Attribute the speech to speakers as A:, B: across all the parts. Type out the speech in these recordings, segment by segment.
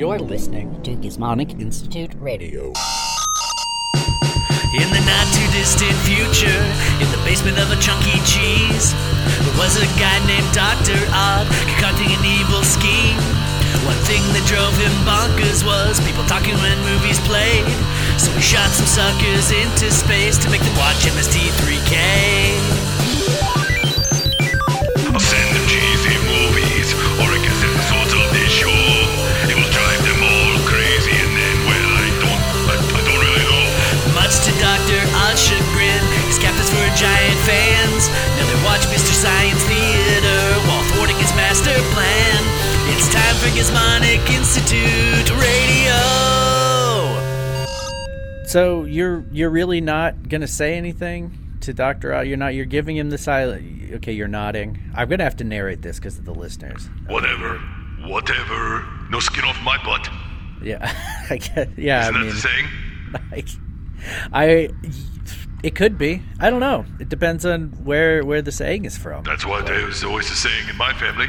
A: You're listening to Gizmonic Institute Radio.
B: In the not too distant future, in the basement of a Chuck E. Cheese, there was a guy named Dr. Odd concocting an evil scheme. One thing that drove him bonkers was people talking when movies played. So he shot some suckers into space to make them watch MST3K.
C: Send them cheesy movies or a cassette social issue. It will drive them all crazy and then, well, I don't, I, I don't really know.
B: Much to Dr. Odd's chagrin, his captains were giant fans. Now they watch Mr. Science Theater while thwarting his master plan. It's time for Gizmonic Institute Radio.
D: So you're you're really not gonna say anything to Doctor Odd. You're not. You're giving him the silent. Okay, you're nodding. I'm gonna have to narrate this because of the listeners.
C: Whatever, whatever. No skin off my butt.
D: Yeah, I guess. Yeah,
C: Isn't
D: I
C: that the
D: mean,
C: saying?
D: like, I. It could be. I don't know. It depends on where where the saying is from.
C: That's why there's always a saying in my family.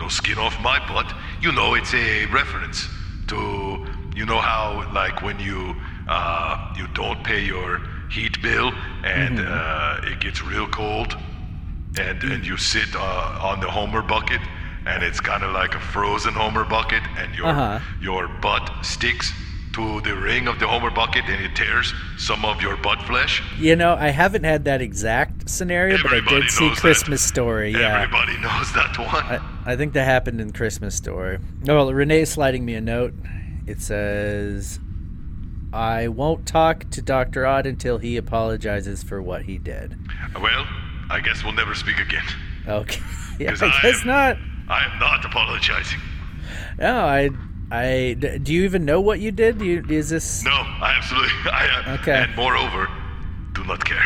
C: No skin off my butt. You know, it's a reference to you know how like when you uh, you don't pay your heat bill and
D: Mm-hmm.
C: uh, it gets real cold, and and you sit uh, on the Homer bucket and it's kind of like a frozen Homer bucket and your
D: Uh-huh.
C: your butt sticks to the ring of the Homer bucket and it tears some of your butt flesh.
D: You know, I haven't had that exact scenario, but I
C: Everybody
D: did see
C: knows that.
D: Christmas Story. Yeah.
C: Everybody knows that one.
D: I, I think that happened in Christmas Story. No, well, Renee is sliding me a note. It says, "I won't talk to Doctor Odd until he apologizes for what he did."
C: Well, I guess we'll never speak again.
D: Okay, yeah,
C: 'Cause
D: I
C: I
D: guess
C: am-
D: not.
C: I am not apologizing.
D: No, I, I. d- Do you even know what you did? Do you, is this?
C: No, I absolutely. I, uh,
D: Okay.
C: And moreover, do not care.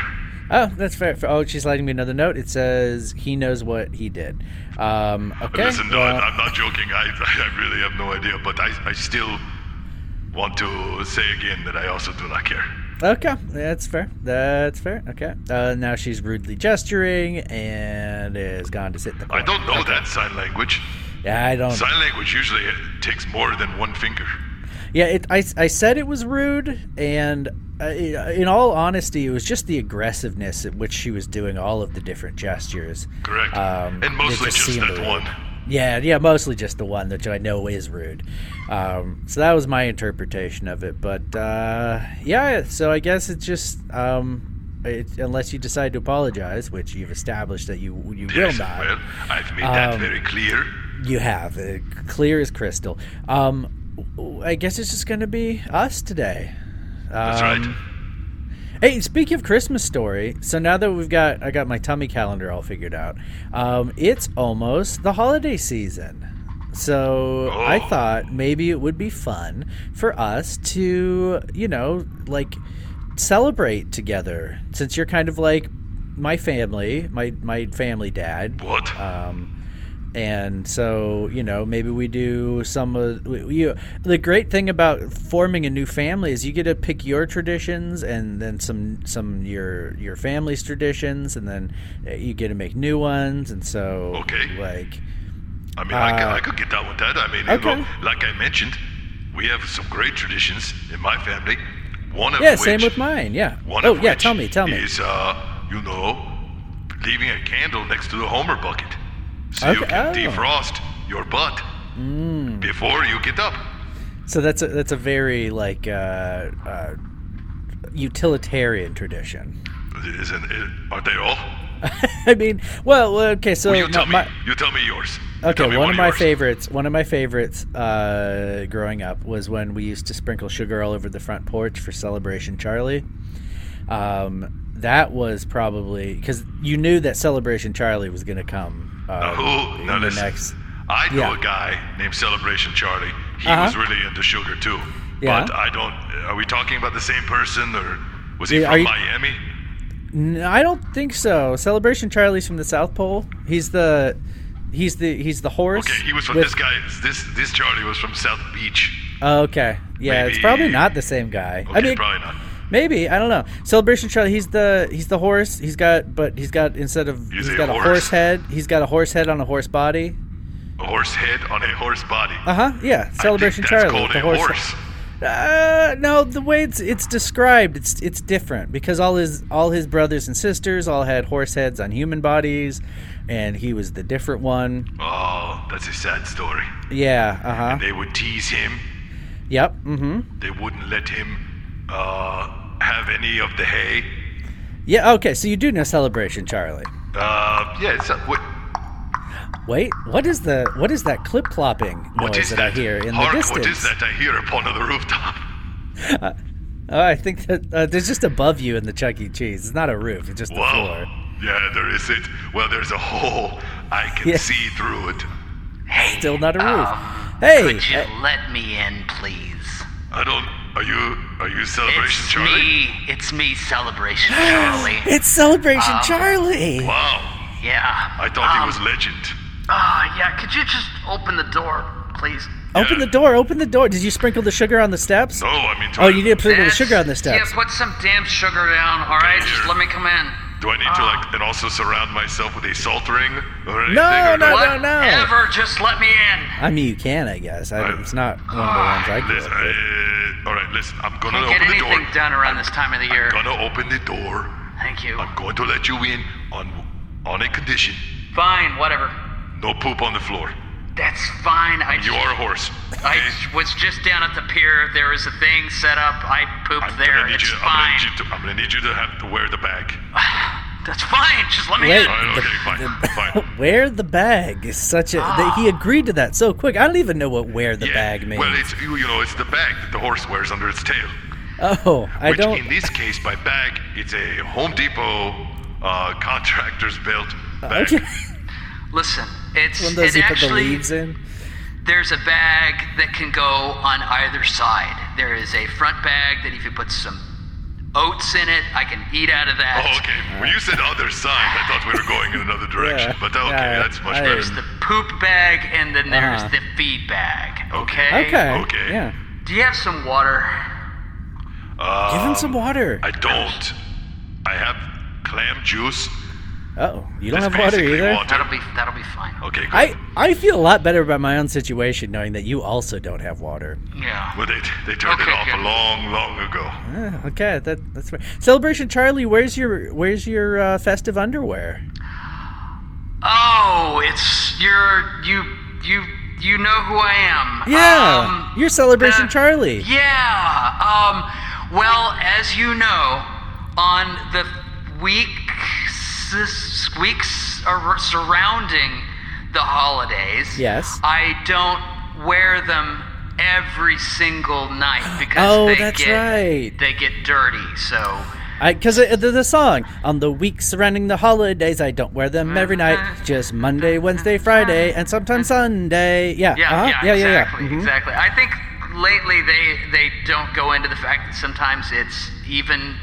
D: Oh, that's fair. Oh, she's sliding me another note. It says he knows what he did. Um, okay.
C: Listen, no,
D: well-
C: I, I'm not joking. I, I really have no idea, but I, I still want to say again that I also do not care.
D: Okay, that's fair. That's fair. Okay. Uh, now she's rudely gesturing and is gone to sit in the
C: I
D: corner.
C: don't know that sign language.
D: Yeah, I don't.
C: Sign language usually uh, takes more than one finger.
D: Yeah, it, I, I said it was rude, and uh, in all honesty, it was just the aggressiveness at which she was doing all of the different gestures.
C: Correct.
D: Um,
C: and mostly
D: it just
C: just,
D: seemed
C: that
D: rude.
C: one.
D: Yeah, yeah, mostly just the one that I know is rude. Um, so that was my interpretation of it. But uh, yeah, so I guess it's just um, it, unless you decide to apologize, which you've established that you you will
C: Yes,
D: not.
C: well, I've made that
D: Um,
C: very clear.
D: You have uh, clear as crystal. Um, w- w- I guess it's just going to be us today.
C: That's
D: um,
C: right.
D: Hey, speaking of Christmas story, so now that we've got I got my tummy calendar all figured out, um, it's almost the holiday season. So I
C: Oh.
D: thought maybe it would be fun for us to, you know, like celebrate together since you're kind of like my family, my my family dad.
C: What?
D: Um, and so you know, maybe we do some of we- you. The great thing about forming a new family is you get to pick your traditions, and then some some your your family's traditions, and then uh, you get to make new ones. And so,
C: Okay.
D: like,
C: I mean, I, could,
D: Uh,
C: I could get down with that. I mean, you
D: okay.
C: know, like I mentioned, we have some great traditions in my family. One of
D: yeah,
C: which,
D: same with mine. Yeah.
C: One
D: oh
C: of
D: yeah,
C: which
D: tell me, tell me.
C: Is uh, you know, leaving a candle next to the Homer bucket, so you
D: Okay,
C: can
D: oh. Hmm.
C: defrost your butt before you get up.
D: So that's a, that's a very like uh, uh, utilitarian tradition.
C: Isn't it, are they all?
D: I mean, well, okay. So
C: Well, you
D: my-
C: tell
D: my-
C: me. You tell me yours. You
D: Okay,
C: tell me
D: one of my
C: yours.
D: favorites. One of my favorites uh, growing up was when we used to sprinkle sugar all over the front porch for Celebration Charlie. Um, that was probably because you knew that Celebration Charlie was going to come. Uh,
C: Who?
D: in
C: Now
D: the
C: listen.
D: next.
C: I know
D: Yeah.
C: a guy named Celebration Charlie. He
D: Uh-huh.
C: was really into sugar too.
D: Yeah.
C: But I don't. Are we talking about the same person, or was he
D: Yeah, are
C: from
D: you-
C: Miami?
D: N- I don't think so. Celebration Charlie's from the South Pole. He's the, he's the he's the horse.
C: Okay, he was from
D: with-
C: this guy. This this Charlie was from South Beach.
D: Oh, okay, yeah, it's probably
C: Maybe-
D: not the same guy.
C: Okay,
D: I mean,
C: probably not.
D: Maybe I don't know. Celebration Charlie. He's the he's the horse. He's got but he's got instead of
C: He's
D: he's
C: a
D: got a
C: horse.
D: horse head. He's got a horse head on a horse body.
C: A horse head on a horse body.
D: Uh huh. Yeah. Celebration
C: I think that's
D: Charlie.
C: called
D: the
C: a
D: horse.
C: horse.
D: Uh, no, the way it's it's described, it's it's different because all his all his brothers and sisters all had horse heads on human bodies, and he was the different one.
C: Oh, that's a sad story.
D: Yeah. Uh huh.
C: They would tease him.
D: Yep. Mm-hmm.
C: They wouldn't let him uh, have any of the hay.
D: Yeah. Okay. So you do know celebration, Charlie.
C: Uh, yeah, it's, what,
D: Wait. What is the what is that clip clopping noise
C: what is
D: that,
C: that?
D: I hear in
C: Hark,
D: the distance?
C: what is that I hear upon the rooftop?
D: Oh, I think that uh, there's just above you in the Chuck E. Cheese. It's not a roof. It's just the
C: Wow.
D: floor.
C: Yeah, there is it. Well, there's a hole. I can
D: Yeah.
C: see through it.
E: Hey,
D: Still not a
C: Ah,
D: roof.
E: um,
D: hey. uh,
E: Could you let me in, please?
C: I don't. Are you? Are you celebration,
E: It's
C: Charlie?
E: me. It's me, Celebration Charlie.
D: It's celebration, Charlie.
C: Ah. Wow.
E: Yeah.
C: I thought he
E: um,
C: was legend.
E: Ah, yeah. Could you just open the door, please?
D: Open the door. Open the door. Did you sprinkle the sugar on the steps?
C: No, I mean. Do
D: Oh,
C: I,
D: you did put a little
E: That's-
D: sugar on the steps.
E: Yeah, put some damn sugar down. All right, just let me come in.
C: Do I need to
E: Ah.
C: like and also surround myself with a salt ring or anything?
D: No,
C: or
D: no,
C: I-
D: no. don't know.
E: Whatever, just let me in.
D: I mean, you can, I guess. I, it's not one of the ones I
C: Listen,
D: could.
C: uh, all right, listen. I'm gonna
E: Can't get
C: open the door.
E: anything done around this time of the year.
C: Gonna open the door.
E: Thank you.
C: I'm going to let you in on on a condition:
E: Fine, whatever.
C: no poop on the floor.
E: That's fine. I
C: You
E: just,
C: are a horse.
E: I
C: okay?
E: was just down at the pier. There was a thing set up. I pooped
C: I'm
E: there.
C: Gonna need
E: It's
C: you, I'm
E: fine.
C: gonna need you to, I'm gonna need you to have to wear the bag.
E: That's fine. Just let me
D: Wait.
E: in.
C: All right, okay, fine, fine.
D: Wear the bag is such a. that he agreed to that so quick. I don't even know what wear the
C: Yeah,
D: bag means.
C: Well, it's you, you know, it's the bag that the horse wears under its tail.
D: oh, I
C: which in
D: don't.
C: this case, by bag, it's a Home Depot uh, contractor's belt bag.
D: Okay.
E: Listen, it's
D: One of those
E: it
D: you put the
E: actually
D: leaves in.
E: there's a bag that can go on either side. There is a front bag that if you put some oats in it, I can eat out of that.
C: Oh, okay. When you said other side, I thought we were going in another direction.
D: Yeah.
C: But okay,
D: Yeah,
C: that's much
D: I-
E: There's
C: better.
E: the poop bag, and then there's
D: Uh-huh.
E: the feed bag.
C: Okay.
E: Okay.
D: Okay.
C: Okay.
D: Yeah.
E: Do you have some water?
D: Give him some water.
C: Uh, Um, I don't. I have clam juice.
D: Oh, you don't
C: That's
D: have water
C: basically
D: either.
C: water.
E: That'll be that'll be fine.
C: Okay, good.
D: I I feel a lot better about my own situation knowing that you also don't have water.
E: Yeah.
C: Well, they, they turned
E: Okay,
C: it off
E: good.
C: a long, long ago.
D: Uh, okay, that that's right. Celebration Charlie, where's your where's your uh, festive underwear?
E: Oh, it's you're you you you know who I am.
D: Yeah,
E: Um,
D: you're Celebration
E: uh,
D: Charlie.
E: Yeah. Um. Well, as you know, on the weeks s- weeks ar- surrounding the holidays.
D: Yes.
E: I don't wear them every single night because
D: Oh,
E: they
D: that's
E: get
D: right.
E: they get dirty. So.
D: Because the, the song on the weeks surrounding the holidays, I don't wear them every night. Just Monday, Wednesday, Friday, and sometimes Sunday. Yeah,
E: Yeah,
D: uh-huh,
E: yeah, exactly,
D: Mhm.
E: exactly. I think lately they they don't go into the fact that sometimes it's even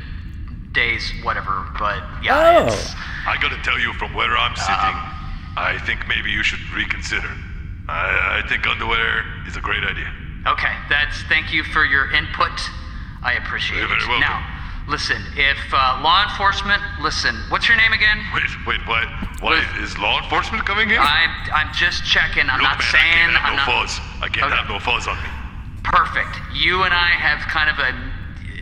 E: days, whatever. But yeah,
D: Oh.
E: it's,
C: I gotta tell you, from where
E: Um,
C: I'm sitting, I think maybe you should reconsider. I, I think underwear is a great idea.
E: okay. That's thank you for your input. I appreciate
C: You're
E: it.
C: very welcome.
E: Now, listen, if uh, law enforcement, listen, what's your name again?
C: Wait, wait, what? Why is law enforcement coming in?
E: I'm I'm just checking. I'm
C: Look,
E: not
C: man, I
E: saying
C: can't have
E: I'm
C: no
E: not
C: fuzz. I can't
E: Okay.
C: have no fuzz on me.
E: perfect. You and I have kind of a,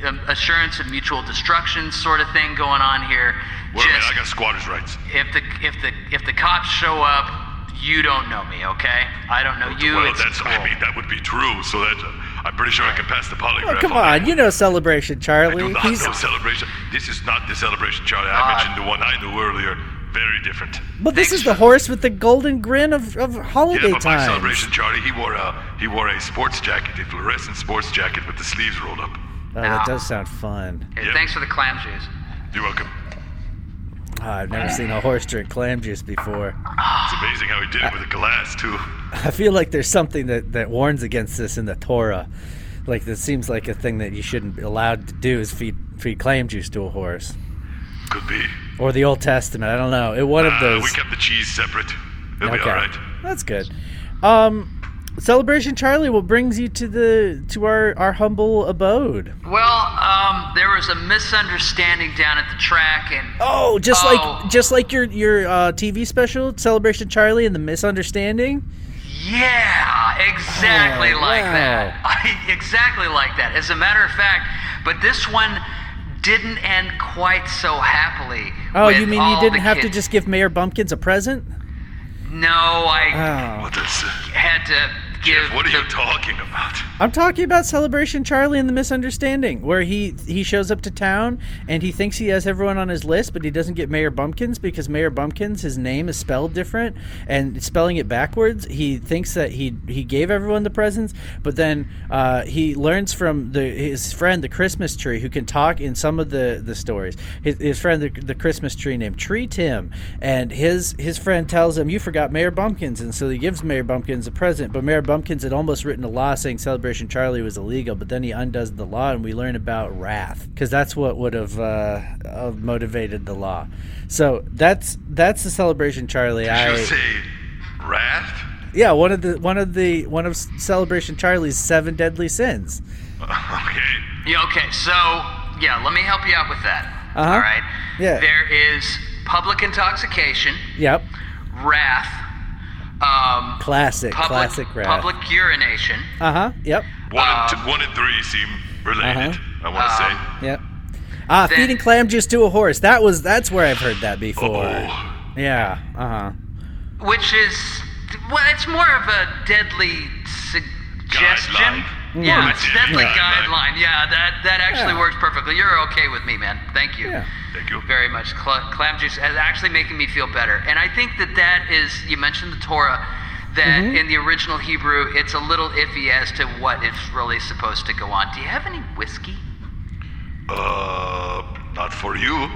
E: a assurance of mutual destruction sort of thing going on here.
C: Wait a minute,
E: Just-
C: I got squatter's rights.
E: if the if the if the cops show up, you don't know me, okay? I don't know you.
C: well,
E: it's
C: that's,
E: cool.
C: I mean, that would be true, so that, uh, I'm pretty sure I can pass the
D: Oh,
C: polygraph.
D: come
C: that.
D: on, you know Celebration
C: I do
D: Charlie.
C: not
D: He's
C: know celebration. This is not the celebration, Charlie. I
E: Ah.
C: mentioned the one I knew earlier. Very different.
D: but this
E: Thanks
D: is the
E: for-
D: horse with the golden grin of, of
C: Yeah,
D: holiday
C: but my
D: time.
C: celebration, Charlie, he wore a he wore a sports jacket, a fluorescent sports jacket with the sleeves rolled up.
D: Oh, that does sound fun.
E: Hey,
C: Yep.
E: Thanks for the clam juice.
C: You're welcome.
D: Oh, I've never seen a horse drink clam juice before.
C: It's amazing how he did it with a glass too.
D: I feel like there's something that, that warns against this in the Torah. Like this seems like a thing that you shouldn't be allowed to do is feed feed clam juice to a horse.
C: Could be.
D: Or the Old Testament. I don't know. It one of
C: Uh,
D: those.
C: we kept the cheese separate. It'll be
D: Okay.
C: all right.
D: That's good. Um, Celebration Charlie, what brings you to the to our our humble abode?
E: Well, um, there was a misunderstanding down at the track, and
D: Oh, just
E: Oh.
D: like just like your your uh, TV special, Celebration Charlie and the misunderstanding.
E: Yeah, exactly
D: Oh,
E: like
D: wow.
E: that. I, exactly like that. As a matter of fact, but this one didn't end quite so happily.
D: Oh,
E: with
D: you mean you
E: all
D: didn't
E: the
D: have to
E: kids.
D: just give Mayor Bumpkins a present?
E: No, I
D: Oh.
C: What is? Uh,
E: had to give.
C: Jeff, what are
E: the-
C: you talking about?
D: I'm talking about Celebration Charlie and the Misunderstanding, where he he shows up to town and he thinks he has everyone on his list, but he doesn't get Mayor Bumpkins because Mayor Bumpkins his name is spelled different and spelling it backwards. He thinks that he he gave everyone the presents, but then uh, he learns from the his friend the Christmas tree who can talk in some of the the stories. His, his friend the, the Christmas tree named Tree Tim, and his his friend tells him you forgot Mayor Bumpkins, and so he gives Mayor Bumpkins a present. But Mayor Bumpkins had almost written a law saying Celebration Charlie was illegal, but then he undoes the law, and we learn about wrath because that's what would have uh, uh, motivated the law. So that's that's the Celebration Charlie.
C: Did
D: I
C: you say wrath?
D: yeah one of the one of the one of Celebration Charlie's seven deadly sins.
C: Okay.
E: Yeah, okay, so yeah, let me help you out with that.
D: Uh-huh.
E: All right.
D: Yeah.
E: There is public intoxication,
D: Yep,
E: wrath, um,
D: classic,
E: public,
D: classic wrath.
E: public urination.
D: Uh huh. Yep.
C: One, and
E: Um,
C: two, one and three seem related.
D: Uh-huh.
C: I want to
E: Um,
D: Yep. Ah,
E: Then-
D: feeding clam juice to a horse. That was that's where I've heard that before.
C: say. Oh.
D: Yeah. Uh huh.
E: which is well, it's more of a deadly suggestion.
C: Guideline.
E: Yeah,
C: More of a
E: it's a deadly
C: guideline.
E: guideline. Yeah, that that actually
D: Yeah.
E: works perfectly. You're okay with me, man. Thank you.
D: Yeah.
C: Thank you.
E: Very much. Cl- clam juice is actually making me feel better, and I think that that is. You mentioned the Torah. That
D: Mm-hmm.
E: in the original Hebrew, it's a little iffy as to what is really supposed to go on. Do you have any whiskey?
C: Uh, not for you.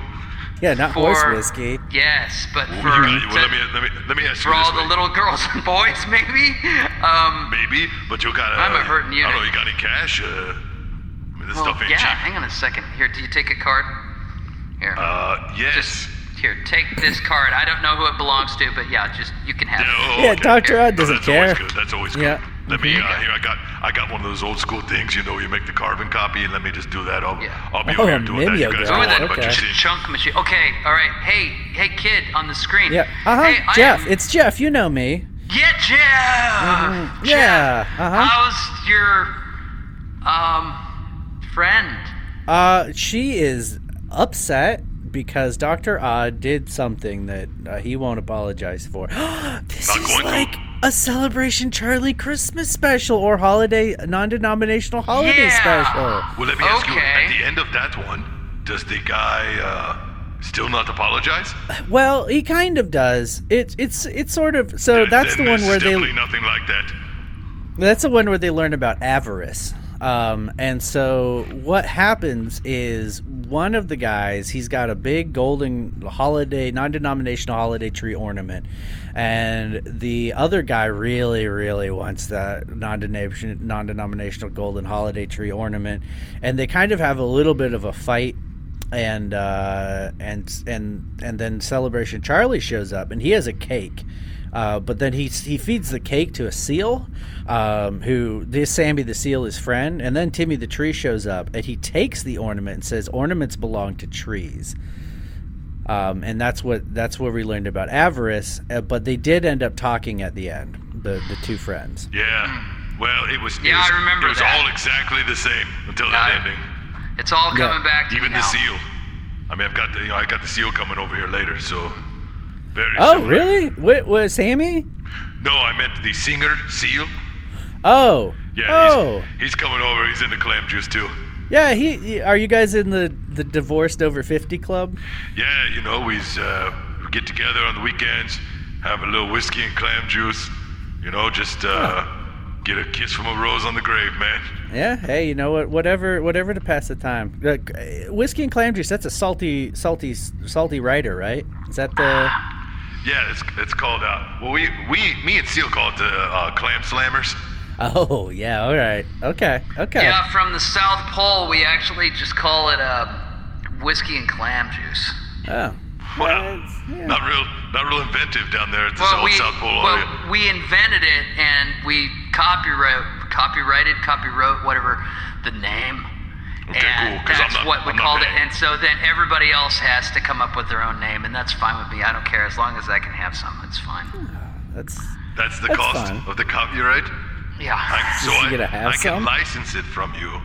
D: Yeah, not horse whiskey.
E: Yes, but for
C: Well, you- well,
E: to-
C: let me let me let me ask
E: for
C: you this
E: all the
C: way.
E: little girls and boys, maybe. Um,
C: Maybe, but you got.
E: I'm a hurting
C: I
E: unit.
C: don't know. You got any cash? Uh, I mean, this
E: Well,
C: stuff ain't
E: yeah,
C: cheap.
E: hang on a second. Here, do you take a card? Here.
C: Uh, yes.
E: Here, take this card. I don't know who it belongs to, but yeah, just you can have it.
C: oh,
D: Yeah,
C: okay.
D: Doctor Odd
C: Oh,
D: doesn't
C: that's
D: care.
C: Always good. That's always good.
D: Yeah.
C: Let me.
E: Mhm.
C: Uh, here, I got. I got one of those old school things. You know, you make the carbon copy, and let me just do that. I'll,
E: Yeah.
C: I'll be
D: Oh,
C: over here doing that. You
D: mimeograph.
C: guys
E: Who
C: don't
E: are
C: want,
E: that
C: but you
D: Oh, Okay.
C: see.
E: chunk machine? Okay, all right. Hey, hey, kid on the screen.
D: Yeah. Uh huh.
E: Hey, I
D: Jeff,
E: am-
D: it's Jeff. You know me.
E: yeah, Jeff.
D: Mhm. Yeah,
E: Jeff,
D: uh-huh.
E: How's your um friend?
D: Uh, she is upset because Doctor Odd did something that uh, he won't apologize for. this
C: Not
D: is
C: going to.
D: like a celebration Charlie Christmas special or holiday non-denominational holiday
E: Yeah.
D: special.
C: Well, let me ask you.
E: Okay.
C: At the end of that one, does the guy uh, still not apologize?
D: Well, he kind of does. It's it's it's sort of so
C: Then-
D: that's
C: then
D: the one
C: there's
D: where they
C: definitely nothing like that.
D: That's the one where they learn about avarice. Um, and so what happens is one of the guys, he's got a big golden holiday, non denominational holiday tree ornament. And the other guy really, really wants that non denominational golden holiday tree ornament. And they kind of have a little bit of a fight and uh, and and and then Celebration Charlie shows up, and he has a cake. Uh, but then he he feeds the cake to a seal, um, who this Sammy the seal is friend, and then Timmy the tree shows up, and he takes the ornament and says ornaments belong to trees. Um, and that's what that's where we learned about avarice. Uh, but they did end up talking at the end, the the two friends.
C: Yeah. Well, it was. it
E: Hmm. Yeah, I
C: was-
E: remember
C: It was
E: that.
C: all exactly the same until
E: Yeah.
C: that ending.
E: It's all
D: Yeah.
E: coming back to
C: Even
E: me
C: the E
E: now.
C: seal. I mean, I've got the you know, I got the seal coming over here later, so. Very.
D: Oh,
C: similar.
D: really? What was Sammy?
C: No, I meant the singer seal.
D: Oh,
C: Yeah.
D: Oh,
C: He's, he's coming over. He's into clam juice too.
D: Yeah, he, he- Are you guys in the the divorced over fifty club?
C: Yeah, you know, we's uh, we get together on the weekends, have a little whiskey and clam juice. You know, just uh, get a kiss from a rose on the grave, man.
D: Yeah. Hey, you know what? Whatever, whatever to pass the time. Look, uh, whiskey and clam juice. That's a salty, salty, salty writer, right? Is that the?
C: Yeah, it's it's called. Uh, well, we we me and Seal called the uh, clam slammers.
D: Oh yeah. All right. Okay. Okay.
E: Yeah, from the South Pole, we actually just call it um, whiskey and clam juice.
D: Oh.
C: Wow.
D: It's- yeah.
C: Not real, not real inventive down there at this old South Pole area.
E: well, we invented it and we copyright, copyrighted, copyright, whatever the name.
C: Okay,
E: and
C: cool, 'cause I'm
E: that's
C: not-
E: what we
C: I'm not
E: called it.
C: paying.
E: And so then everybody else has to come up with their own name, and that's fine with me. I don't care as long as I can have some. It's fine.
D: That's
C: That's the
D: That's
C: cost
D: fine.
C: of the copyright.
E: Yeah.
C: I, so
D: you
C: I,
D: gonna have
C: I can
D: some?
C: license it from you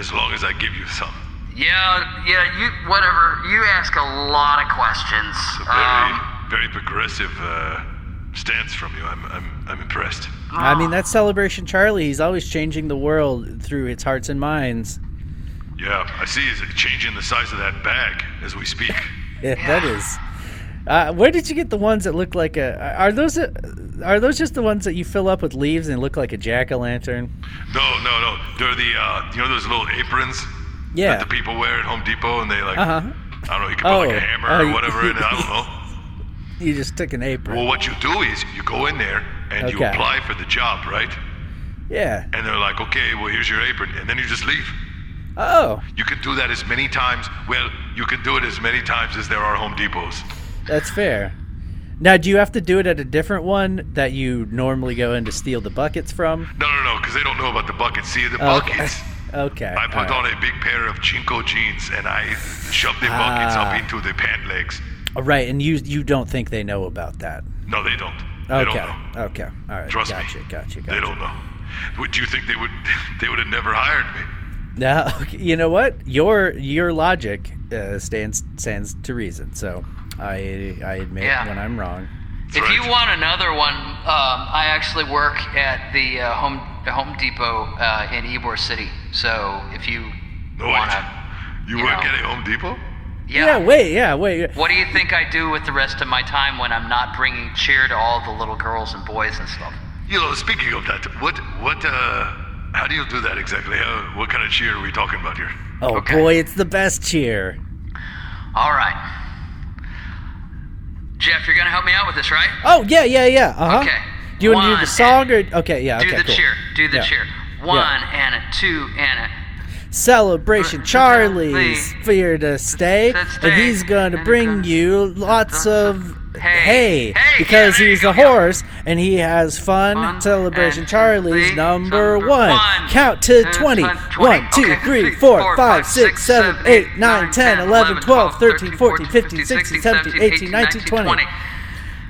C: as long as I give you some.
E: Yeah, yeah, you whatever. You ask a lot of questions.
C: It's a very,
E: Um,
C: very progressive uh, stance from you. I'm, I'm, I'm impressed.
D: I mean, that's Celebration Charlie. He's always changing the world through its hearts and minds.
C: Yeah, I see. Is changing the size of that bag as we speak?
D: Yeah, that is. Uh, where did you get the ones that look like a? Are those a, are those just the ones that you fill up with leaves and look like a jack o' lantern?
C: No, no, no. They're the uh, you know those little aprons
D: Yeah.
C: that the people wear at Home Depot, and they like
D: Uh-huh.
C: I don't know. You can put like
D: Oh,
C: a hammer
D: oh,
C: or
D: you-
C: whatever in it. I don't know.
D: You just took an apron.
C: Well, what you do is you go in there and you
D: Okay.
C: apply for the job, right?
D: yeah.
C: And they're like, okay, well, here's your apron. And then you just leave.
D: Oh,
C: You can do that as many times. Well, you can do it as many times as there are Home Depots.
D: that's fair. Now, do you have to do it at a different one that you normally go in to steal the buckets from?
C: No, no, no, because they don't know about the buckets. See, the
D: Okay.
C: buckets.
D: Okay.
C: I put on
D: all
C: a big pair of Chinko jeans and I shoved the buckets
D: Ah.
C: up into the pant legs.
D: right. right, and you you don't think they know about that?
C: No, they don't. They
D: Okay.
C: don't know.
D: Okay. All right.
C: Trust
D: gotcha,
C: me.
D: Gotcha. Gotcha.
C: They don't know. Would you think they would? They would have never hired me.
D: No, you know what? Your your logic uh, stands stands to reason. So I I admit
E: Yeah.
D: when I'm wrong.
E: if you
C: right.
E: want another one, um, I actually work at the uh, Home the Home Depot uh, in Ybor City. So if you
C: No, wait.
E: wanna,
C: You
E: you
C: work
E: know.
C: at a Home Depot?
D: Yeah. wait. Yeah. Wait.
E: What do you think I do with the rest of my time when I'm not bringing cheer to all the little girls and boys and stuff?
C: You know, speaking of that, what, what, uh, how do you do that exactly? How, what kind of cheer are we talking about here?
D: Oh
E: okay.
D: boy, it's the best cheer.
E: All right. Jeff, you're going to help me out with this, right?
D: Oh yeah, yeah, yeah. Uh huh.
E: Okay.
D: Do you want to do
E: One
D: the song or
E: and-
D: okay? Yeah.
E: Do
D: okay,
E: the
D: cool.
E: cheer. Do the
D: Yeah.
E: cheer. One and a two and a.
D: Celebration
E: Br-
D: Charlie's
E: Charlie.
D: here to stay,
E: Let's
D: and
E: stay.
D: he's going to
E: And
D: bring
E: gonna-
D: you lots
E: lots of
D: of hay,
E: hay. Hay,
D: because
E: yeah, there
D: he's
E: you
D: a
E: go, yeah.
D: horse and he has fun.
E: One
D: Celebration
E: and
D: Charlie's
E: three,
D: number
E: number
D: one.
E: one.
D: Count to
E: Ten,
D: 20.
E: twen-
D: 1, 2,
E: Okay,
D: 3, 4, 5, 6, 7, 8, 9, 10, 11, 12, 13, 14, 15, 16, 17, 18, 19, 20.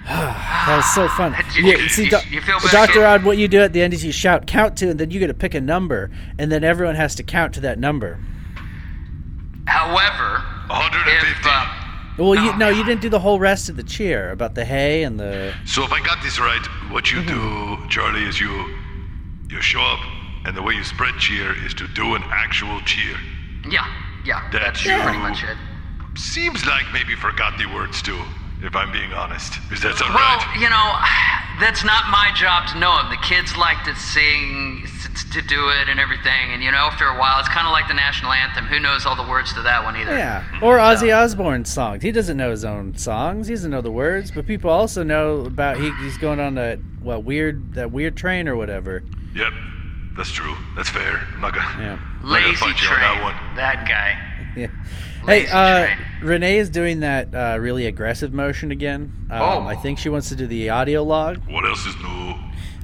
D: That was so fun.
E: You-
D: Yeah,
E: you-
D: see,
E: you-
D: Do-
E: you feel better,
D: Dr.
E: kid?
D: Odd, what you do at the end is you shout count to, and then you get to pick a number, and then everyone has to count to that number.
E: However,
C: 150.
E: if. Uh,
D: Well, you no, you didn't do the whole rest of the cheer about the hay and the.
C: So if I got this right, what you
E: Mm-hmm.
C: do, Charlie, is you, you show up, and the way you spread cheer is to do an actual cheer.
E: yeah, yeah.
C: That
E: That's
C: you-
E: pretty much it.
C: Seems like maybe forgot the words too, if I'm being honest. Is that sound
E: Well,
C: right?
E: you know, that's not my job to know them. The kids like to sing, s- to do it, and everything. And you know, after a while, it's kind of like the national anthem. Who knows all the words to that one either?
D: Yeah, or Ozzy Osbourne's songs. He doesn't know his own songs. He doesn't know the words, but people also know about he, he's going on that what weird that weird train or whatever.
C: Yep, that's true. That's fair. I'm not gonna,
D: Yeah.
C: I'm not gonna
E: Lazy
C: fight you on
E: train.
C: that one.
E: that guy.
D: Yeah. Hey,
E: Lazy
D: uh,
E: train.
D: Renee is doing that uh, really aggressive motion again. Um,
E: Oh.
D: I think she wants to do the audio log.
C: What else is new?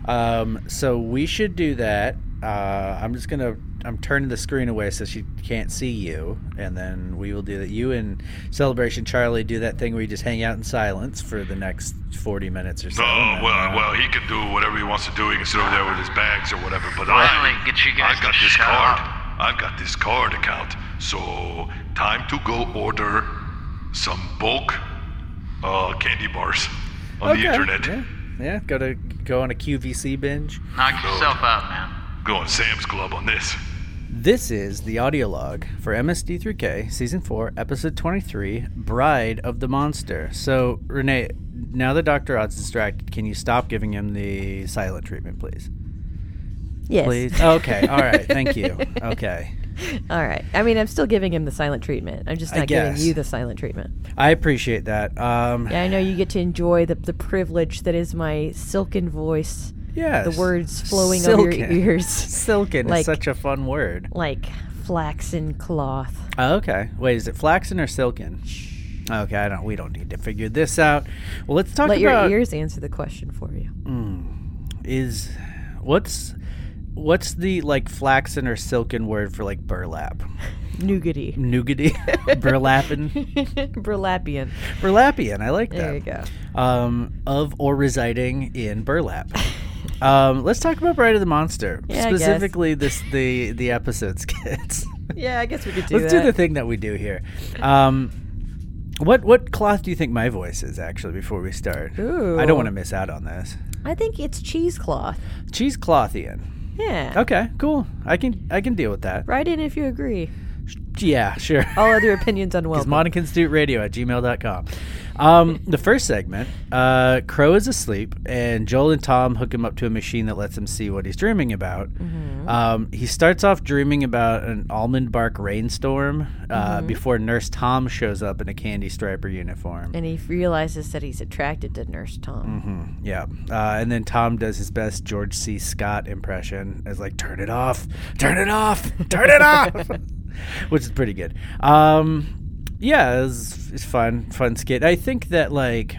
D: Um, so we should do that. Uh, I'm just gonna I'm turning the screen away so she can't see you, and then we will do that. You and Celebration Charlie do that thing where you just hang out in silence for the next 40 minutes or so.
C: No,
D: and then,
C: Oh, well,
D: uh,
C: well, he can do whatever he wants to do. He can sit over there with his bags or whatever. But
E: Finally,
C: I,
E: get you guys
C: I've got
E: to
C: this
E: shut
C: card.
E: up.
C: I've got this card account. So time to go order some bulk uh, candy bars on
D: uh, okay,
C: the internet.
D: Yeah, yeah, go to go on a QVC binge.
E: Knock yourself out, man.
C: Go on Sam's Club on this.
D: This is the audio log for MSD3K Season 4, Episode 23 Bride of the Monster. So, Renee, now that Dr. Odd's distracted, can you stop giving him the silent treatment, please?
F: Yes.
D: Please? Oh, Okay, all right, thank you. Okay.
F: All right. I mean, I'm still giving him the silent treatment. I'm just
D: I
F: not giving
D: guess.
F: you the silent treatment.
D: I appreciate that. Um,
F: Yeah, I know you get to enjoy the, the privilege that is my silken voice,
D: yes.
F: the words flowing over your
D: Silken.
F: ears
D: Silken is
F: Like-
D: such a fun word.
F: like flaxen cloth.
D: Oh, okay. Wait, is it flaxen or silken? Okay, I don't. We don't need to figure this out. Well, let's talk
F: Let
D: about
F: your ears answer the question for you.
D: is what's what's the like flaxen or silken word for like burlap?
F: nougaty,
D: Nougaty, burlappin,
F: burlapian.
D: burlapian. I like that.
F: There you go.
D: um, of or residing in Burlap. um, let's talk about Bride of the Monster,
F: Yeah, I guess.
D: specifically this the the episode skits.
F: Yeah, I guess we could do
D: let's do the thing that we do here. Um, what what cloth do you think my voice is actually? Before we start, I
F: Ooh.
D: don't want to miss out on this
F: I think it's cheesecloth.
D: cheeseclothian.
F: Yeah.
D: Okay, cool. I can I can deal with that.
F: Write in if you agree.
D: Yeah, sure.
F: All other opinions unwelcome.
D: It's Institute Radio at gmail.com. Um, the first segment, uh, Crow is asleep, and Joel and Tom hook him up to a machine that lets him see what he's dreaming about. Um, he starts off dreaming about an almond bark rainstorm uh, before Nurse Tom shows up in a candy striper uniform.
F: and he realizes that he's attracted to Nurse Tom.
D: Mm-hmm. Yeah. Uh, and then Tom does his best George C. Scott impression as like, turn it off, turn it off, turn it off, which is pretty good. Um, yeah, it's it's fun, fun skit. I think that like,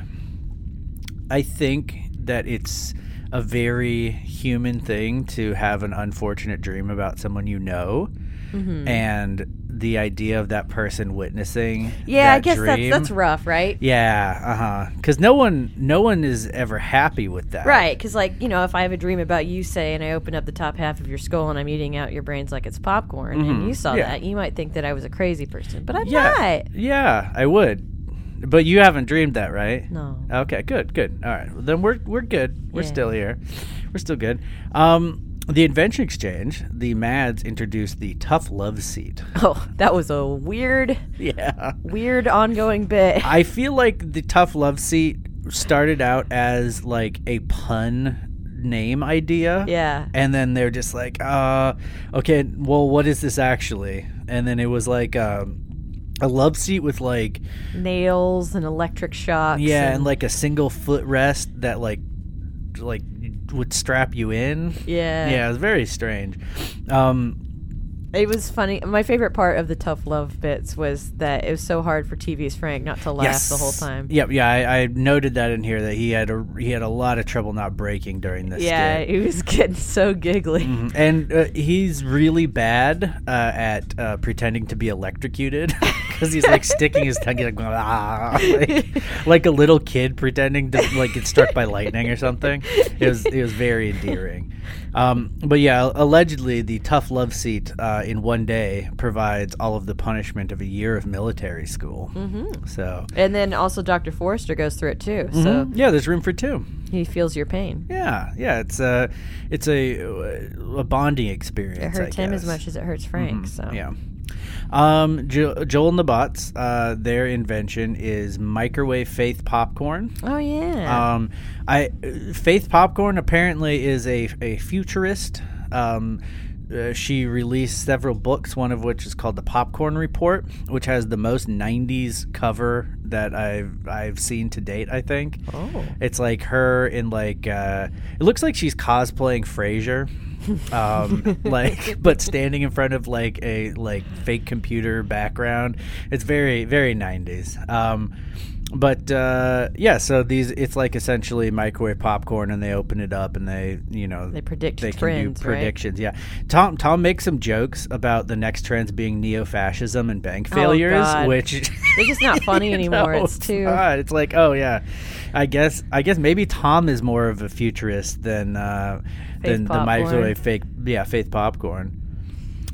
D: I think that it's a very human thing to have an unfortunate dream about someone you know,
F: Mm-hmm.
D: and the idea of that person witnessing.
F: Yeah, I
D: that
F: guess
D: dream-
F: that's that's rough, right?
D: yeah, uh huh. Because no one, no one is ever happy with that.
F: Right, because like you know, if I have a dream about you, say, and I open up the top half of your skull and I'm eating out your brains like it's popcorn, and you saw
D: Mm-hmm. Yeah.
F: that, you might think that I was a crazy person, but I'm
D: Yeah.
F: not.
D: Yeah, I would. But you haven't dreamed that, right?
F: No.
D: Okay, good, good. All right. Well, then we're we're good. We're
F: Yeah.
D: still here. We're still good. Um the Invention Exchange, the Mads introduced the tough love seat.
F: Oh, that was a weird,
D: Yeah.
F: weird ongoing bit.
D: I feel like the tough love seat started out as like a pun name idea.
F: Yeah.
D: And then they're just like, uh, okay, well, what is this actually? And then it was like um, a love seat with like,
F: Nails and electric shocks.
D: yeah, and like a single foot rest that like, like would strap you in.
F: yeah,
D: Yeah, it was very strange. Um,
F: It was funny. My favorite part of the tough love bits was that it was so hard for TV's Frank not to laugh the whole
D: yes.
F: time.
D: Yep. Yeah, I, I noted that in here that he had a he had a lot of trouble not breaking during this.
F: Yeah,
D: skit.
F: he was getting so giggly.
D: And uh, he's really bad uh, at uh, pretending to be electrocuted because he's like sticking his tongue he's like, "Ah," like like a little kid pretending to like get struck by lightning or something. It was it was very endearing. Um, but yeah, allegedly the tough love seat uh, in one day provides all of the punishment of a year of military school. Mm-hmm. So mm,
F: And then also Dr. Forrester goes through it too, so
D: yeah, there's room for two.
F: he feels your pain.
D: Yeah, yeah, it's a it's a uh, a bonding experience.
F: It hurts
D: I
F: him as
D: guess. Mm-hmm.
F: much as it hurts Frank. So
D: Yeah. Um, jo- Joel and the Bots, uh, their invention is microwave faith popcorn.
F: Oh yeah.
D: Um, I faith popcorn apparently is a a futurist. Um, uh, she released several books, one of which is called The Popcorn Report, which has the most '90s cover that I've I've seen to date. I think.
F: oh.
D: It's like her in like uh, it looks like she's cosplaying Frasier, um, like but standing in front of like a like fake computer background. It's very very nineties. Um, but uh, yeah, so these it's like essentially microwave popcorn, and they open it up and they you know
F: They predict
D: they
F: trends,
D: can do
F: right?
D: predictions. Yeah, Tom Tom makes some jokes about the next trends being neo fascism and bank failures,
F: Oh, God.
D: which.
F: It's just not funny anymore.
D: No,
F: it's too
D: not. It's like, oh yeah, I guess I guess maybe Tom is more of a futurist than uh,
F: Faith
D: than the
F: popcorn.
D: microwave fake, yeah, faith popcorn.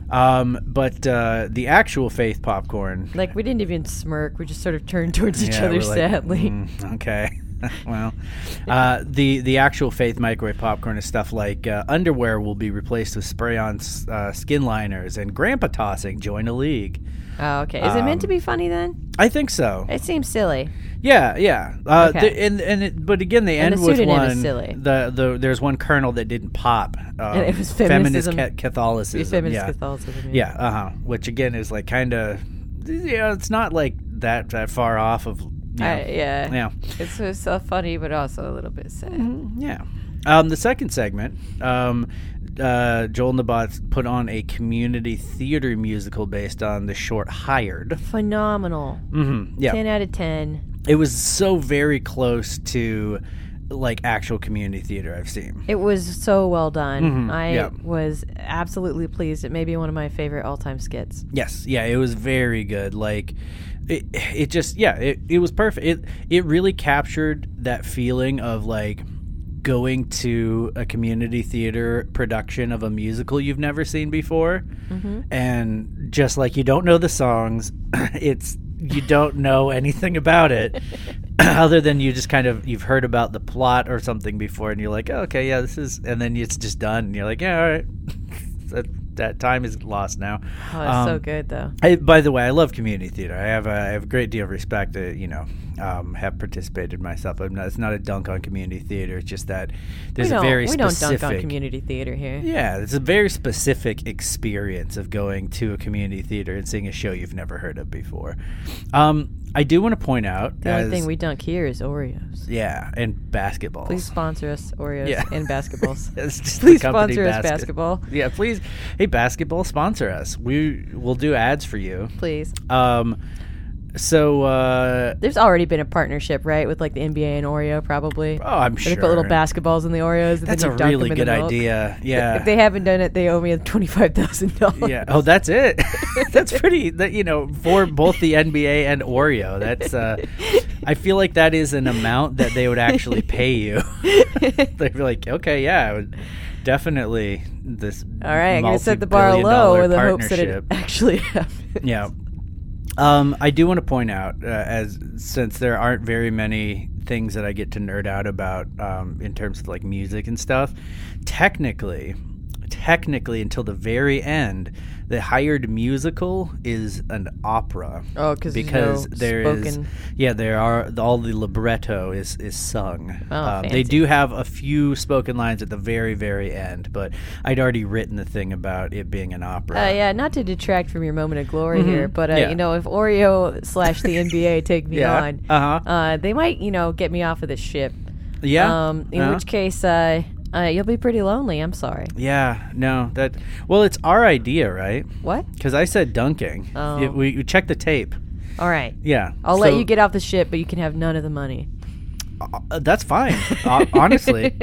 D: Um, but uh, the actual faith popcorn,
F: like we didn't even smirk. We just sort of turned towards each
D: yeah,
F: other
D: we're like,
F: sadly.
D: "Mm, okay. well, uh, the the actual faith microwave popcorn is stuff like uh, underwear will be replaced with spray on s- uh, skin liners and grandpa tossing join a league.
F: Oh, okay. Is it meant
D: Um,
F: to be funny then?
D: I think so.
F: It seems silly.
D: Yeah, yeah. Uh,
F: Okay.
D: the- and and it, but again, they
F: And
D: end
F: the
D: with
F: pseudonym
D: one.
F: is silly.
D: The the there's one colonel that didn't pop. Um,
F: it was
D: feminist
F: feminism.
D: ca- Catholicism.
F: feminist
D: yeah.
F: Catholicism.
D: Yeah. Uh huh. Which again is like kind of, you know, it's not like that that far off of. You know,
F: I- yeah.
D: yeah. Mm-hmm.
F: It's so, so funny, but also a little bit sad.
D: Yeah. Um, the second segment, um, uh, Joel and the Bots put on a community theater musical based on the short Hired.
F: Phenomenal.
D: Mm-hmm. Yeah.
F: Ten out of ten.
D: it was so very close to like actual community theater I've seen.
F: It was so well done.
D: Mm-hmm.
F: I
D: yeah.
F: was absolutely pleased. It may be one of my favorite all-time skits.
D: Yes, yeah, it was very good. Like it, it just yeah, it, it was perfect. It it really captured that feeling of like going to a community theater production of a musical you've never seen before and just like you don't know the songs it's you don't know anything about it other than you just kind of you've heard about the plot or something before and you're like oh, okay yeah this is and then it's just done and you're like yeah all right that, that time is lost now
F: Oh, it's so good though.
D: Um, I, by the way, I love community theater. I have a, I have a great deal of respect. To, you know, um, have participated myself. I'm not, it's not a dunk on community theater. It's just that
F: We
D: there's a
F: don't,
D: very
F: we
D: specific.
F: don't dunk on community theater here.
D: yeah, it's a very specific experience of going to a community theater and seeing a show you've never heard of before. Um, I do want to point out
F: The
D: as-
F: only thing we dunk here is Oreos.
D: yeah, and basketball.
F: Please sponsor us Oreos
D: Oh. Yeah.
F: and basketballs.
D: It's just the
F: Please
D: company
F: sponsor us
D: basket.
F: basketball.
D: Yeah, please. Hey, basketball, sponsor us. We will do ads for you.
F: Please.
D: Um, so uh,
F: There's already been a partnership, right, with like the NBA and Oreo, probably.
D: Oh, I'm
F: Where
D: sure.
F: They put little basketballs in the Oreos. And
D: That's
F: then
D: a
F: you dunk
D: really
F: them in
D: good
F: the milk.
D: idea. Yeah.
F: If they haven't done it, they owe me twenty five thousand dollars.
D: yeah. Oh, that's it. that's pretty. That you know, for both the NBA and Oreo, that's. Uh, I feel like that is an amount that they would actually pay you. They'd be like, okay, yeah, I would definitely this.
F: All right, I'm gonna set the bar low with the hopes that it actually happens.
D: yeah. Um, I do want to point out, uh, as since there aren't very many things that I get to nerd out about um, in terms of like music and stuff, technically, technically until the very end, the hired musical is an opera.
F: Oh, 'cause there's
D: because
F: no
D: there is-
F: spoken.
D: yeah, there are all the libretto is is sung. Um,
F: Oh,
D: they
F: fancy.
D: do have a few spoken lines at the very very end, but I'd already written the thing about it being an opera.
F: Uh, yeah, not to detract from your moment of glory here, but uh,
D: Mm-hmm. Yeah.
F: you know, if Oreo slash the NBA take me
D: Yeah.
F: on,
D: Uh-huh.
F: uh, they might you know get me off of this ship.
D: Yeah.
F: Um, in
D: Uh-huh.
F: which case, uh, uh, you'll be pretty lonely. I'm sorry.
D: Yeah, no, that. Well, it's our idea, right?
F: What?
D: Because I said dunking.
F: Oh.
D: Yeah, we, we check the tape.
F: All right.
D: Yeah.
F: I'll let
D: So,
F: you get off the ship, but you can have none of the money.
D: uh, that's fine. uh, honestly,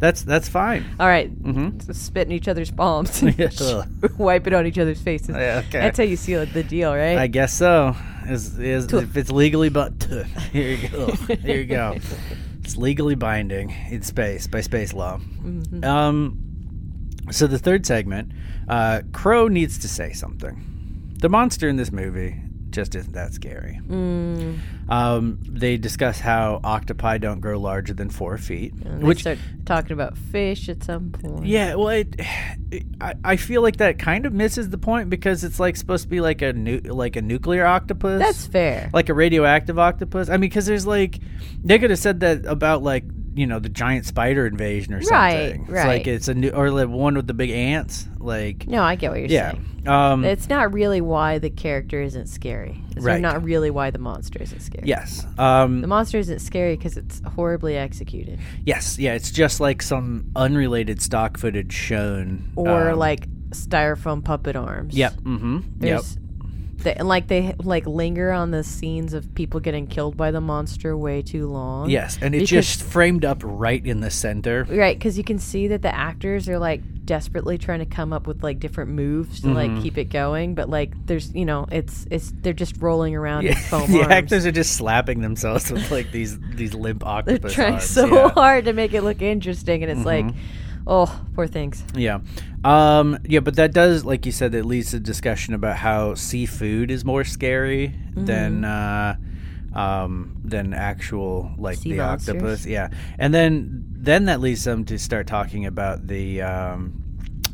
D: that's that's fine.
F: All right.
D: Mm-hmm.
F: S- Spit in each other's palms.
D: Ugh.
F: Wipe it on each other's faces.
D: Yeah, okay.
F: That's how you seal the deal, right?
D: I guess so. Is is if it's legally but here you go. Here you go. It's legally binding in space by space law.
F: Mm-hmm.
D: Um, so the third segment, uh, Crow needs to say something. The monster in this movie just isn't that scary.
F: Mm.
D: Um, they discuss how octopi don't grow larger than four feet,
F: And they
D: which
F: start talking about fish at some point.
D: yeah, well, it, it, I I feel like that kind of misses the point because it's like supposed to be like a nu- like a nuclear octopus
F: That's fair.
D: like a radioactive octopus. I mean, because there's like they could have said that about like you know the giant spider invasion or
F: Right,
D: something. It's
F: right.
D: like it's a new or like one with the big ants. Like
F: no, I get what you're
D: yeah,
F: saying.
D: um,
F: It's not really why the character isn't scary. It's
D: Right.
F: not really why the monster isn't scary.
D: yes, um,
F: The monster isn't scary because it's horribly executed,
D: yes, yeah. It's just like some unrelated stock footage shown
F: or
D: um,
F: like styrofoam puppet arms.
D: Yep. Mm-hmm. Yep.
F: There's, they, and like they like linger on the scenes of people getting killed by the monster way too long.
D: Yes, and it's
F: because-
D: just framed up right in the center.
F: Right, because you can see that the actors are like desperately trying to come up with like different moves to
D: Mm-hmm.
F: like keep it going, but like there's you know it's it's they're just rolling around in foam
D: the
F: arms.
D: actors are just slapping themselves with like these these limp
F: they're
D: octopus
F: trying
D: arms,
F: so
D: yeah. Mm-hmm.
F: hard to make it look interesting, and it's like, oh, poor things.
D: Yeah. Um, yeah, but that does, like you said, it leads to discussion about how seafood is more scary than uh, um, than actual like
F: Mm-hmm. Sea
D: the
F: monsters.
D: octopus. Yeah, and then then that leads them to start talking about the um,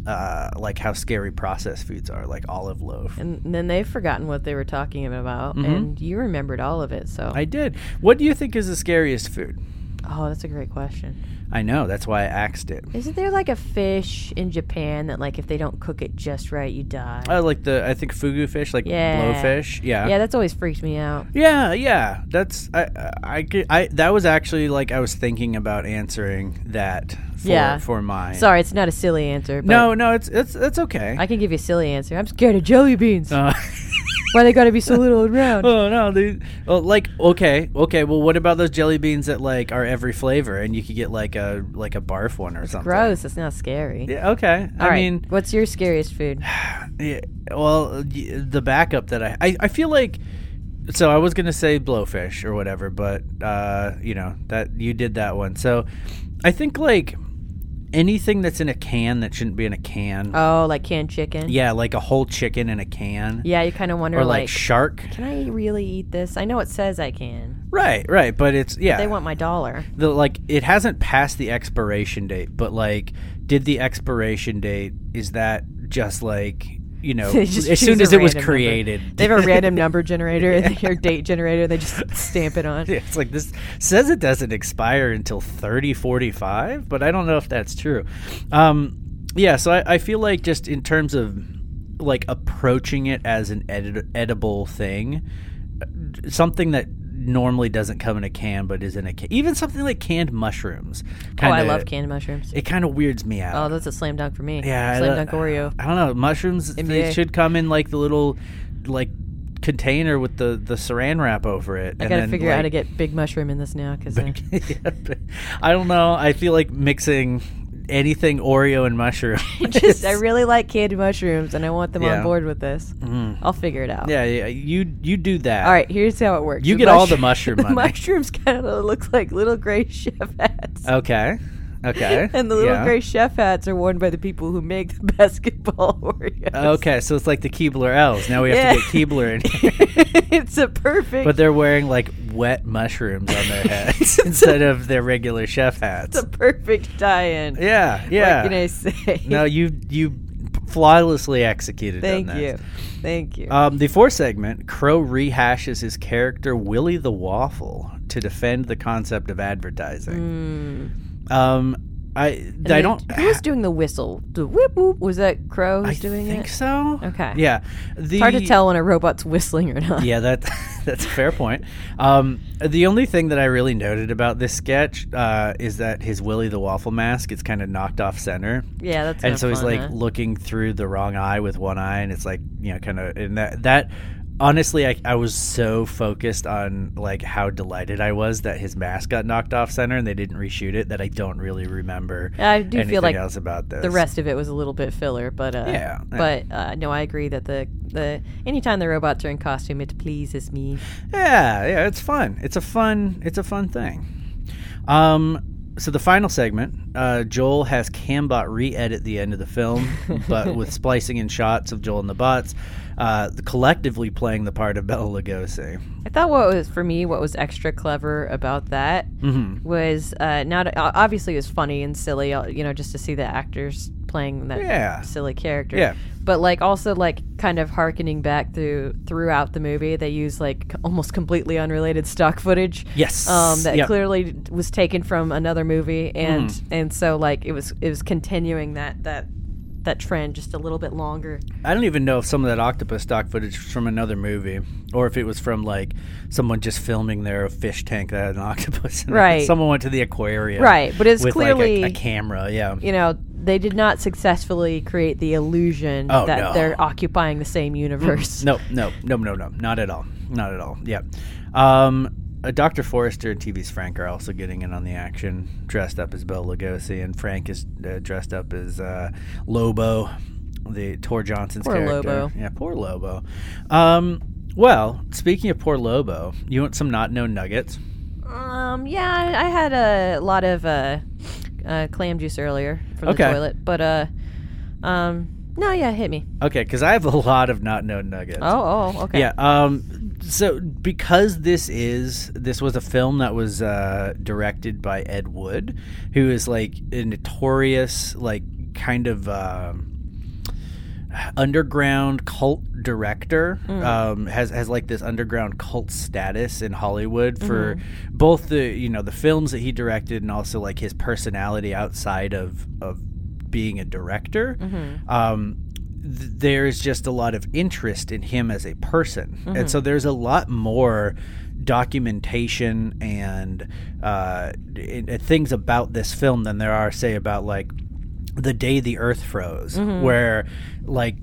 D: uh, like how scary processed foods are, like olive loaf.
F: And then they've forgotten what they were talking about, and you remembered all of it. So,
D: Mm-hmm. I did. What do you think is the scariest food?
F: oh, that's a great question.
D: I know that's why I axed it.
F: Isn't there like a fish in Japan that like if they don't cook it just right, you die?
D: I like the I think fugu fish, like
F: Yeah.
D: Uh, blowfish.
F: yeah, that's always freaked me out.
D: Yeah, yeah. That's I, I, I, could- I- that was actually like I was thinking about answering that for
F: Yeah.
D: for mine.
F: Sorry, it's not a silly answer. But
D: No, no, it's it's it's okay.
F: I can give you a silly answer. I'm scared of jelly beans.
D: Uh,
F: Why they gotta be so little and round?
D: Oh no, they oh, like okay, okay. Well, what about those jelly beans that like are every flavor, and you could get like a like a barf one or something?
F: Gross. It's not scary.
D: Yeah, okay.
F: All
D: I
F: right,
D: mean,
F: what's your scariest food?
D: yeah, well, y- the backup that I, I I feel like. So I was gonna say blowfish or whatever, but uh, you know that you did that one. So I think like anything that's in a can that shouldn't be in a can.
F: Oh, like canned chicken.
D: yeah, like a whole chicken in a can,
F: Yeah, you kind of wonder
D: or like,
F: like,
D: shark.
F: can I really eat this? I know it says I can.
D: Right, right. But it's yeah.
F: They want my dollar.
D: the like it hasn't passed the expiration date, but like did the expiration date is that just like you know
F: They just
D: as
F: choose
D: soon
F: a
D: as it was
F: random number.
D: created
F: They have a random number generator and or date generator. They just stamp it on.
D: Yeah, it's like this says it doesn't expire until 3045 but i don't know if that's true um yeah so i, I feel like just in terms of like approaching it as an edit- edible thing uh, something that normally doesn't come in a can but is in a can even something like canned mushrooms
F: Oh, I
D: kinda-
F: love canned mushrooms.
D: it kind of weirds me out
F: Oh, that's a slam dunk for me.
D: Yeah, I
F: slam
D: lo-
F: dunk Oreo.
D: I don't know. Mushrooms
F: NBA.
D: they should come in like the little like container with the the saran wrap over it.
F: I gotta figure out how to get big mushroom in this now because uh,
D: get I don't know. I feel like mixing anything Oreo and mushroom.
F: just I really like canned mushrooms and I want them on
D: Yeah. Mm.
F: board with this. I'll figure it out.
D: yeah, yeah, you you do that.
F: All right, here's how it works.
D: You
F: The
D: get all the mushroom
F: The
D: money.
F: mushrooms kind of look like little gray chef hats.
D: Okay. Okay.
F: and the little
D: yeah.
F: gray chef hats are worn by the people who make the basketball Oreos.
D: Okay, so it's like the Keebler elves. Now we have to
F: Yeah.
D: get Keebler in here.
F: it's a perfect
D: But they're wearing like wet mushrooms on their heads instead of their regular chef hats.
F: it's a perfect tie-in.
D: Yeah, yeah.
F: What can I say?
D: No, you you flawlessly executed. on
F: Thank
D: that.
F: you. Thank you.
D: Um, the fourth segment, Crow rehashes his character Willie the Waffle to defend the concept of advertising. Um, I I
F: Hmm. And
D: don't.
F: Who was doing the whistle? The whoop whoop. Was that Crow
D: I
F: who's doing
D: think
F: it?
D: so.
F: Okay.
D: Yeah. The,
F: It's hard to tell when a robot's whistling or not.
D: yeah, that that's a fair point. Um, the only thing that I really noted about this sketch uh, is that his Willy the Waffle mask is kind of knocked off center,
F: Yeah, that's
D: and
F: not
D: so he's
F: fun,
D: like
F: huh?
D: looking through the wrong eye with one eye, and it's like you know, kind of, and that that honestly, I, I was so focused on like how delighted I was that his mask got knocked off center and they didn't reshoot it that I don't really remember.
F: I do feel
D: anything
F: like
D: else about this.
F: the rest of it was a little bit filler, but uh,
D: Yeah, yeah.
F: But uh, no, I agree that the the anytime the robots are in costume, it pleases me.
D: Yeah, yeah, it's fun. It's a fun. It's a fun thing. Um, so the final segment, uh, Joel has Cambot re-edit the end of the film, but with splicing in shots of Joel and the bots, uh, collectively playing the part of Bela Lugosi.
F: I thought what was for me what was extra clever about that
D: Mm-hmm.
F: was uh, not o- obviously it was funny and silly, uh, you know, just to see the actors playing that
D: Yeah.
F: silly character.
D: Yeah.
F: But like also like kind of harkening back through throughout the movie, they use like c- almost completely unrelated stock footage.
D: Yes.
F: Um, that
D: Yep. Mm-hmm.
F: clearly was taken from another movie, and and so like it was it was continuing that that that trend just a little bit longer.
D: I don't even know if some of that octopus stock footage was from another movie, or if it was from like someone just filming their fish tank that had an octopus. In it.
F: Right.
D: Someone went to the aquarium.
F: Right, but it's
D: with, like, a-
F: clearly-
D: a, camera. Yeah.
F: you know, they did not successfully create the illusion
D: Oh,
F: that
D: no.
F: they're occupying the same universe.
D: No, no, no, no, no, not at all, not at all. Yep. Um, uh, Dr. Forrester and TV's Frank are also getting in on the action, dressed up as Bela Lugosi, and Frank is uh, dressed up as uh, Lobo, the Tor Johnson's
F: Poor
D: character.
F: Lobo.
D: Yeah, poor Lobo. Um, well, speaking of poor Lobo, you want some not known nuggets?
F: Um, yeah, I I had a lot of uh, uh, clam juice earlier from
D: Okay.
F: the toilet, but uh, um, no, yeah, hit me.
D: Okay, because I have a lot of not known nuggets.
F: Oh, oh, okay.
D: Yeah. Um, so because this is this was a film that was uh, directed by Ed Wood, who is like a notorious like kind of. Um, underground cult director um, has has like this underground cult status in Hollywood for both the you know the films that he directed and also like his personality outside of of being a director. Um, th- there's just a lot of interest in him as a person, and so there's a lot more documentation and uh, i- i- things about this film than there are say about like the day the earth froze where like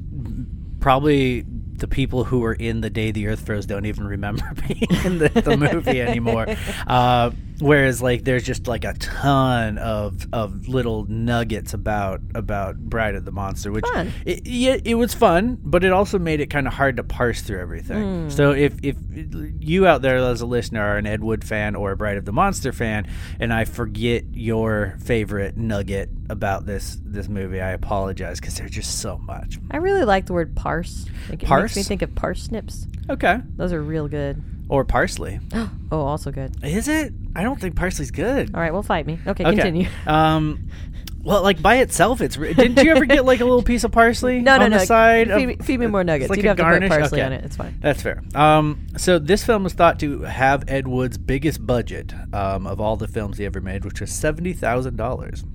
D: probably the people who were in the day the Earth froze don't even remember being in the, the movie anymore. Uh, whereas, like, there's just like a ton of of little nuggets about about Bride of the Monster, which
F: Fun.
D: It, yeah, it was fun, but it also made it kind of hard to parse through everything. So if if you out there as a listener are an Ed Wood fan or a Bride of the Monster fan, and I forget your favorite nugget about this this movie, I apologize because there's just so much.
F: I really like the word parse. Like, it
D: Parse?
F: makes me think of parsnips.
D: Okay,
F: Those are real good.
D: or parsley.
F: Oh, also good.
D: Is it? I don't think parsley's good.
F: All right, well, fight me. Okay, Uh, continue.
D: Um, well, like by itself, it's. Re- Didn't you ever get like a little piece of parsley
F: No,
D: on
F: no,
D: the
F: no.
D: side?
F: Feed
D: of-
F: me- feed me more
D: It's
F: nuggets.
D: Like
F: You
D: a
F: don't have to put
D: garnish?
F: parsley
D: Okay.
F: on it. It's fine.
D: That's fair. Um, so this film was thought to have Ed Wood's biggest budget um, of all the films he ever made, which was seventy thousand dollars.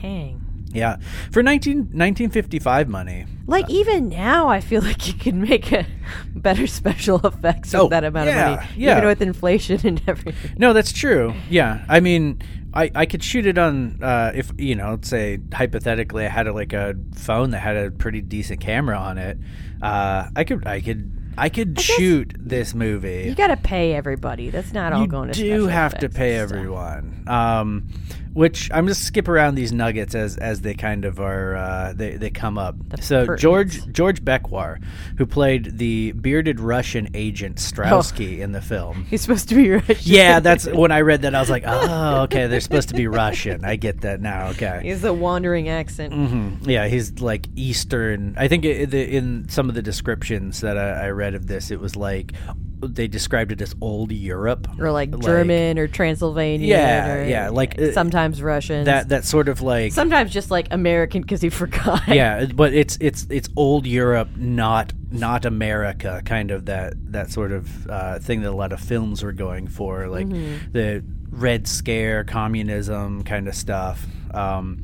F: Hang.
D: Yeah, for 19, 1955 money.
F: Like even now, I feel like you can make a better special effects with
D: Oh,
F: that amount
D: yeah,
F: of money,
D: yeah.
F: even with inflation and everything.
D: No, that's true. Yeah, I mean, I, I could shoot it on uh, if you know, let's say hypothetically, I had a, like a phone that had a pretty decent camera on it. Uh, I could I could I could shoot this movie.
F: You got to pay everybody. That's not all
D: You
F: going to.
D: do
F: special
D: have to
F: effects
D: pay
F: and stuff.
D: everyone. Um, which I'm just skip around these nuggets as as they kind of are uh, they they come up. so
F: pertinence.
D: George George Bekwar, who played the bearded Russian
F: Oh.
D: agent Strausky in the film.
F: He's supposed to be rich.
D: Yeah, that's when I read that I was like, oh, okay, they're supposed to be Russian. I get that now. Okay,
F: Is a wandering accent.
D: Mm-hmm. yeah, he's like Eastern. I think i the, in some of the descriptions that I, I read of this, it was like they described it as old Europe
F: Or like, German or Transylvanian.
D: Yeah,
F: or
D: yeah, like, uh,
F: sometimes Russian.
D: That that sort of like
F: sometimes just like American because he forgot.
D: yeah, but it's it's it's old Europe, not not America, kind of that that sort of uh, thing that a lot of films were going for, like the Red Scare, communism kind of stuff. Um,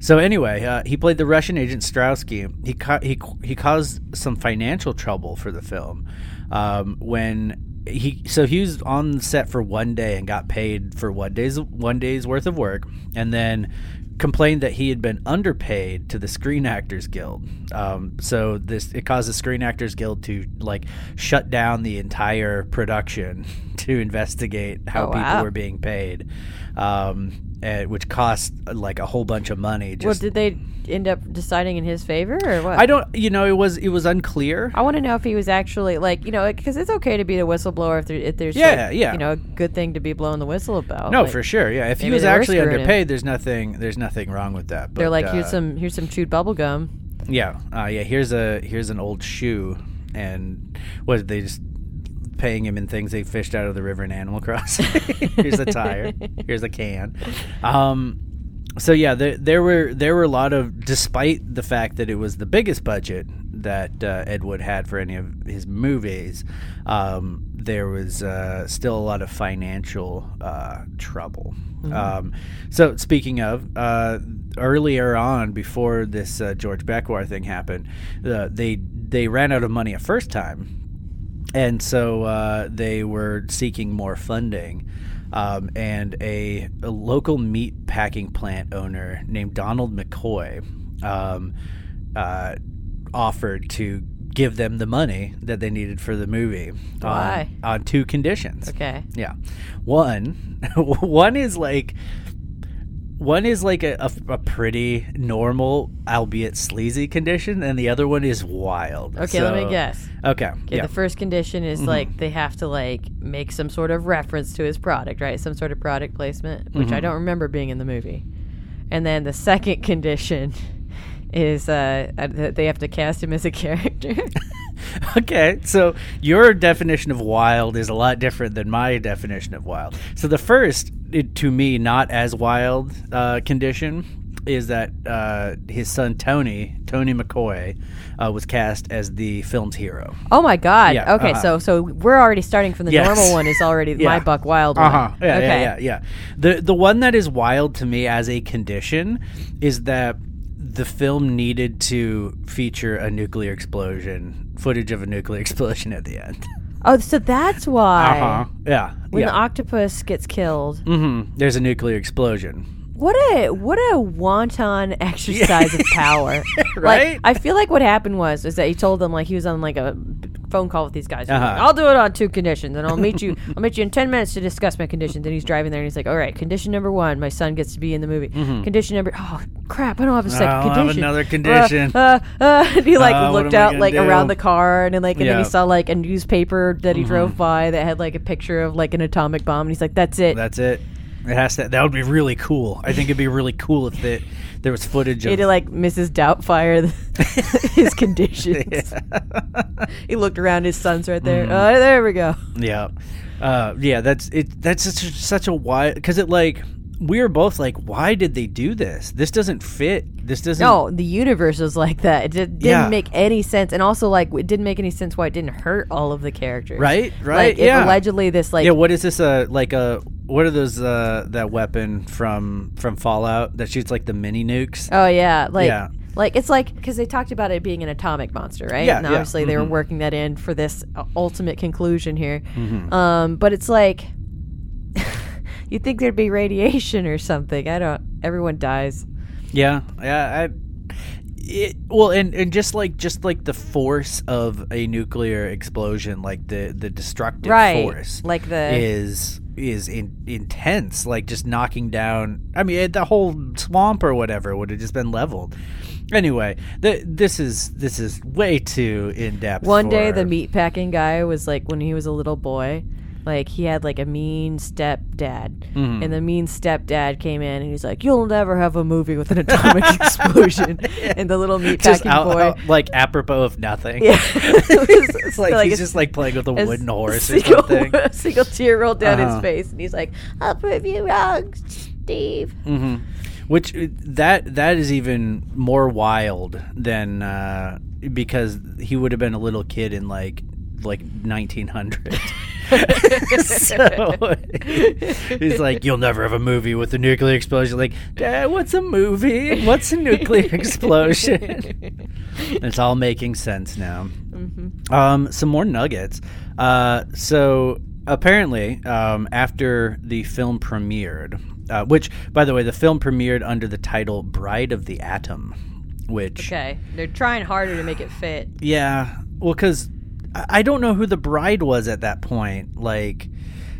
D: so anyway, uh, he played the Russian agent Strausky. He ca- he he caused some financial trouble for the film um, when he so he was on set for one day and got paid for one day's one day's worth of work, and then complained that he had been underpaid to the Screen Actors Guild. Um, so this it caused the Screen Actors Guild to like shut down the entire production to investigate how
F: Oh,
D: people
F: wow.
D: were being paid, um, and, which cost uh, like a whole bunch of money.
F: Well,
D: Just
F: did they end up deciding in his favor or what?
D: I don't, you know, it was it was unclear.
F: I want to know if he was actually like you know because it's okay to be the whistleblower if, there, if there's
D: Yeah,
F: like,
D: yeah.
F: you know a good thing to be blowing the whistle about.
D: No,
F: Like,
D: for sure. Yeah, if he
F: maybe
D: was
F: they were
D: actually
F: screwing him.
D: underpaid, there's nothing there's nothing wrong with that. But,
F: They're like
D: uh,
F: here's some here's some chewed bubble gum.
D: Yeah, uh, yeah. Here's a here's an old shoe, and what they just paying him in things they fished out of the river in Animal Crossing. here's a tire. here's a can. Um, so yeah, there, there were there were a lot of, despite the fact that it was the biggest budget that uh, Ed Wood had for any of his movies, um, there was uh, still a lot of financial uh, trouble. Um, so speaking of uh, earlier on, before this uh, George Beckwar thing happened, uh, they they ran out of money a first time and so uh, they were seeking more funding. Um, and a, a local meat packing plant owner named Donald McCoy um, uh, offered to give them the money that they needed for the movie
F: Why?
D: On, on two conditions.
F: Okay,
D: Yeah. One, one is like, one is like a, a, a pretty normal, albeit sleazy condition, and the other one is wild.
F: okay, let
D: So-
F: me guess.
D: Okay.
F: Okay,
D: yeah. Mm-hmm.
F: the first condition is like they have to like make some sort of reference to his product, right? Some sort of product placement, which
D: Mm-hmm.
F: I don't remember being in the movie. And then the second condition is uh, uh, that they have to cast him as a character.
D: Okay, so your definition of wild is a lot different than my definition of wild. So the first, it, to me, not as wild uh, condition is that uh, his son Tony, Tony McCoy, uh, was cast as the film's hero.
F: oh my god!
D: Yeah,
F: okay,
D: uh-huh.
F: so so we're already starting from the
D: Yes.
F: normal one is already
D: Yeah. Uh-huh.
F: my Buck Wild one.
D: Yeah,
F: Uh-huh. okay.
D: yeah, yeah, yeah. The the one that is wild to me as a condition is that the film needed to feature a nuclear explosion, footage of a nuclear explosion at the end.
F: Oh, so that's why
D: Yeah.
F: when
D: Uh-huh. yeah.
F: the octopus gets killed,
D: hmm There's a nuclear explosion.
F: What a what a wanton exercise of power,
D: Right?
F: Like, I feel like what happened was is that he told them like he was on like a phone call with these guys. He was like,
D: Uh-huh.
F: I'll do it on two conditions, and I'll meet you. I'll meet you in ten minutes to discuss my conditions. And he's driving there, and he's like, "All right, condition number one, my son gets to be in the movie. Condition number oh crap, I don't have a second
D: Mm-hmm. Oh, I don't have
F: condition.
D: another
F: Uh,
D: condition.
F: Uh, uh," and he like
D: Uh, what
F: looked
D: am I
F: out
D: gonna
F: like
D: do?
F: around the car, and then like and then
D: Yeah. Mm-hmm.
F: he saw like a newspaper that he drove by that had like a picture of like an atomic bomb, and he's like, "That's it.
D: That's it. It has to. That would be really cool. I think it'd be really cool if it, there was footage of.
F: He did like Mrs. Doubtfire the- his conditions. he looked around, his son's right there.
D: Mm.
F: Oh, there we go.
D: Yeah, uh, yeah. That's it. That's such, such a why because it like we were both like, why did they do this? This doesn't fit. This doesn't.
F: No, the universe was like that. It did, didn't
D: Yeah.
F: make any sense, and also like it didn't make any sense why it didn't hurt all of the characters.
D: Right, right,
F: Like, if
D: yeah.
F: allegedly this like
D: yeah. What is this? Uh, like a what are those? Uh, that weapon from from Fallout that shoots like the mini nukes.
F: Oh yeah, like
D: Yeah.
F: like it's like because they talked about it being an atomic monster, right?
D: Yeah, Mm-hmm.
F: and
D: yeah,
F: obviously they were working that in for this uh, ultimate conclusion here.
D: Mm-hmm.
F: Um, but it's like you think there'd be radiation or something. I don't. Everyone dies.
D: Yeah, yeah. I, it, well, and, and just like just like the force of a nuclear explosion, like the the destructive
F: Right,
D: force,
F: like the-
D: is is in, intense. Like just knocking down. I mean, it, the whole swamp or whatever would have just been leveled. Anyway, th- this is this is way too in depth.
F: One day
D: for-
F: the meatpacking guy was like when he was a little boy. Like he had like a mean stepdad,
D: Mm-hmm.
F: and the mean stepdad came in and he's like, "You'll never have a movie with an atomic explosion." And the little
D: just
F: meatpacking
D: out,
F: boy,
D: out- like apropos of nothing.
F: yeah,
D: it's like, he's just like playing with a
F: as
D: wooden
F: a
D: horse or
F: single,
D: something.
F: a single tear rolled down
D: Uh-huh.
F: his face, and he's like, "I'll prove you wrong, Steve."
D: which uh, that that is even more wild than uh, because he would have been a little kid in like like 1900 so he's like you'll never have a movie with a nuclear explosion like dad what's a movie what's a nuclear explosion it's all making sense now um, some more nuggets. Uh, so apparently, um, after the film premiered, uh, which, by the way, the film premiered under the title "Bride of the Atom," which
F: Okay, they're trying harder to make it fit.
D: yeah, well, because I I don't know who the bride was at that point. Like,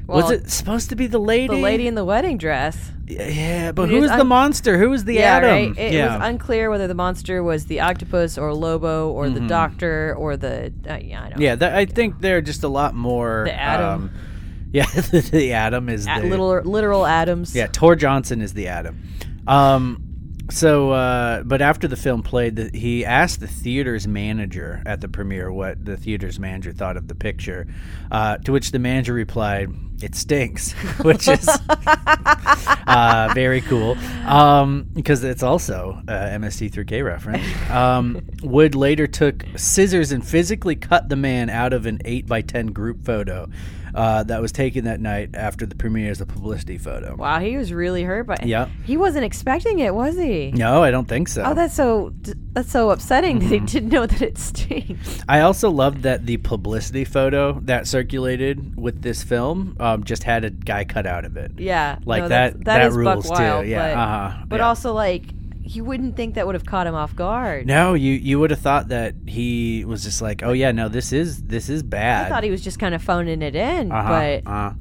D: was
F: Well,
D: it supposed to be the lady?
F: The lady in the wedding dress.
D: yeah, but
F: it
D: who
F: was
D: was the
F: un-
D: monster? Who was the atom?
F: right. It
D: yeah,
F: was unclear whether the monster was the octopus or Lobo or the Doctor or the uh, yeah I don't
D: yeah. That, I think they're just a lot more
F: The atom.
D: um, yeah, the, atom is
F: At
D: the,
F: little literal atoms.
D: Yeah, Tor Johnson is the Adam. Um, so, uh, but after the film played, the, he asked the theater's manager at the premiere what the theater's manager thought of the picture. Uh, to which the manager replied, "It stinks," which is uh, very cool um, because it's also uh, MST3K reference. Um, Wood later took scissors and physically cut the man out of an eight by ten group photo. Uh, that was taken that night after the premiere as a publicity photo.
F: Wow, he was really hurt by.
D: Yeah.
F: He wasn't expecting it, was he?
D: No, I don't think so.
F: Oh, that's so that's so upsetting that he
D: Mm-hmm.
F: didn't know that it stinks.
D: I also loved that the publicity photo that circulated with this film um, just had a guy cut out of it.
F: Yeah,
D: Like
F: no, that's-
D: that.
F: That,
D: that
F: is
D: rules
F: Buck Wild,
D: too. Yeah.
F: but,
D: uh-huh.
F: but
D: yeah.
F: also like you wouldn't think that would have caught him off guard.
D: No, you you would have thought that he was just like, oh yeah, no, this is this is bad.
F: I thought he was just kind of phoning it in,
D: uh-huh,
F: but
D: uh-huh.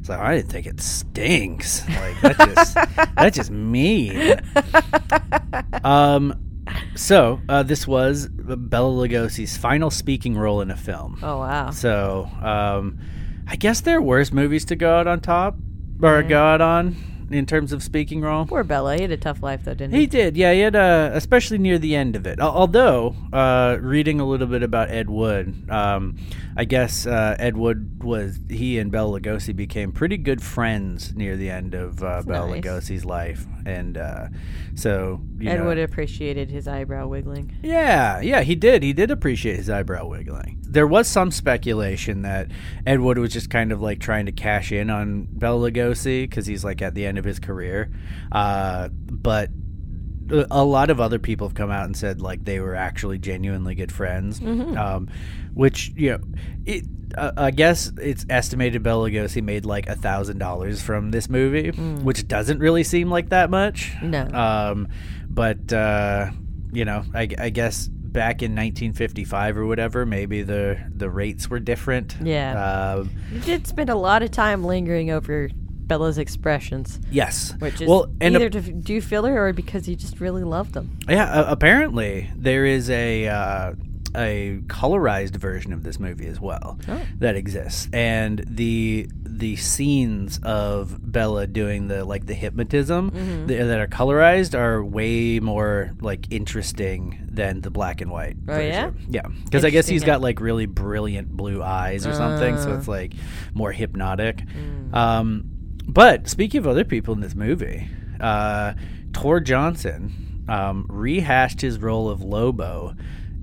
D: so I didn't think it stinks. Like that just that's just mean. um. So uh, this was Bella Lugosi's final speaking role in a film.
F: oh wow,
D: So, um, I guess there are worse movies to go out on top or go out on in terms of speaking role.
F: poor Bella. He had a tough life though, didn't he?
D: He did, yeah. He had, uh, especially near the end of it. Al- Although, uh, reading a little bit about Ed Wood, um, I guess uh, Ed Wood was he and Bela Lugosi became pretty good friends near the end of uh, Bela
F: nice.
D: Lugosi's life, and uh, so you
F: Ed
D: know,
F: would have appreciated his eyebrow wiggling.
D: yeah, yeah, he did. He did appreciate his eyebrow wiggling. There was some speculation that Ed Wood was just kind of like trying to cash in on Bela Lugosi because he's like at the end of his career, uh, but uh, a lot of other people have come out and said like they were actually genuinely good friends,
F: Mm-hmm.
D: um, which you know, it, uh, I guess it's estimated Bela Lugosi made like a thousand dollars from this movie, which doesn't really seem like that much.
F: Mm. No.
D: um, but uh, you know, I, I guess back in 1955 or whatever, maybe the the rates were different.
F: Yeah.
D: Um,
F: You did spend a lot of time lingering over Bella's expressions,
D: yes.
F: which is
D: well, and a-
F: either to f- do filler or because you just really love them.
D: Yeah, uh, apparently there is a uh, a colorized version of this movie as well
F: Oh.
D: that exists, and the the scenes of Bella doing the like the hypnotism
F: Mm-hmm.
D: th- that are colorized are way more like interesting than the black and white.
F: Oh, yeah?
D: version. yeah, because I guess
F: Interesting, Uh.
D: he's
F: yeah.
D: got like really brilliant blue eyes or something, so it's like more hypnotic.
F: Mm.
D: Um, but speaking of other people in this movie, uh, Tor Johnson um, rehashed his role of Lobo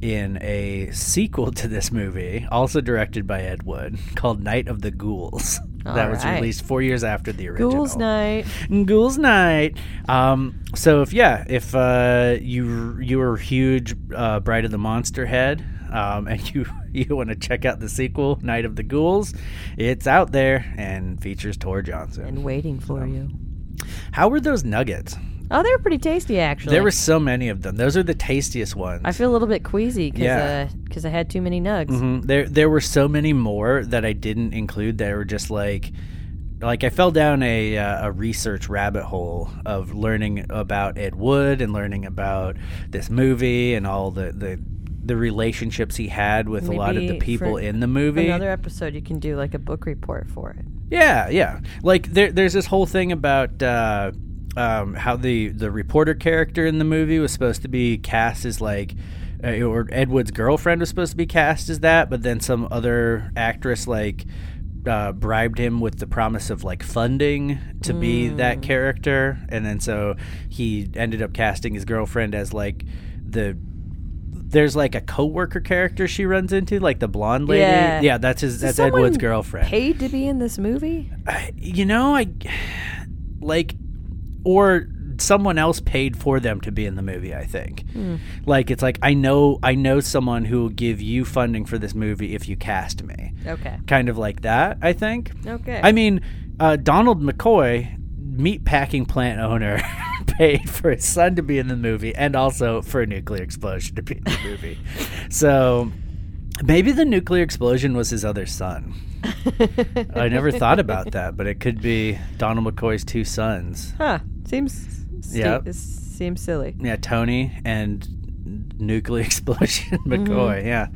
D: in a sequel to this movie, also directed by Ed Wood, called Night of the Ghouls. that was
F: right.
D: released four years after the original.
F: Ghouls Night.
D: Ghouls Night. Um, so if yeah, if uh, you you were a huge uh, Bride of the Monster head, um, and you you want to check out the sequel, Night of the Ghouls, it's out there and features Tor Johnson.
F: And waiting for you.
D: How were those nuggets?
F: Oh, they were pretty tasty, actually.
D: There were so many of them. Those are the tastiest ones.
F: I feel a little bit queasy because
D: Yeah.
F: I had too many nugs.
D: Mhm. There there were so many more that I didn't include that were just like like I fell down a uh, a research rabbit hole of learning about Ed Wood and learning about this movie and all the the, the relationships he had with a lot of the
F: Maybe
D: people
F: for
D: in the movie.
F: Another episode, you can do like a book report for it.
D: Yeah, yeah. Like there, there's this whole thing about uh, um, how the the reporter character in the movie was supposed to be cast as like, uh, or Ed Wood's girlfriend was supposed to be cast as that, but then some other actress like. Uh, bribed him with the promise of like funding to be
F: Mm.
D: that character, and then so he ended up casting his girlfriend as like the there's like a coworker character she runs into, like the blonde lady.
F: Yeah.
D: that's his.
F: Does
D: That's Ed Wood's
F: someone
D: girlfriend.
F: Paid to be in this movie?
D: you know, I like, or someone else paid for them to be in the movie. I think, like, it's like I know, I know someone who will give you funding for this movie if you cast me,
F: Okay.
D: kind of like that. I think.
F: Okay.
D: I mean, uh, Donald McCoy, meat packing plant owner. paid for his son to be in the movie and also for a nuclear explosion to be in the movie so maybe the nuclear explosion was his other son I never thought about that, but it could be Donald McCoy's two sons.
F: Huh. Seems. sti-
D: Yeah.
F: it Seems silly.
D: Yeah, Tony and Nuclear Explosion McCoy. Yeah,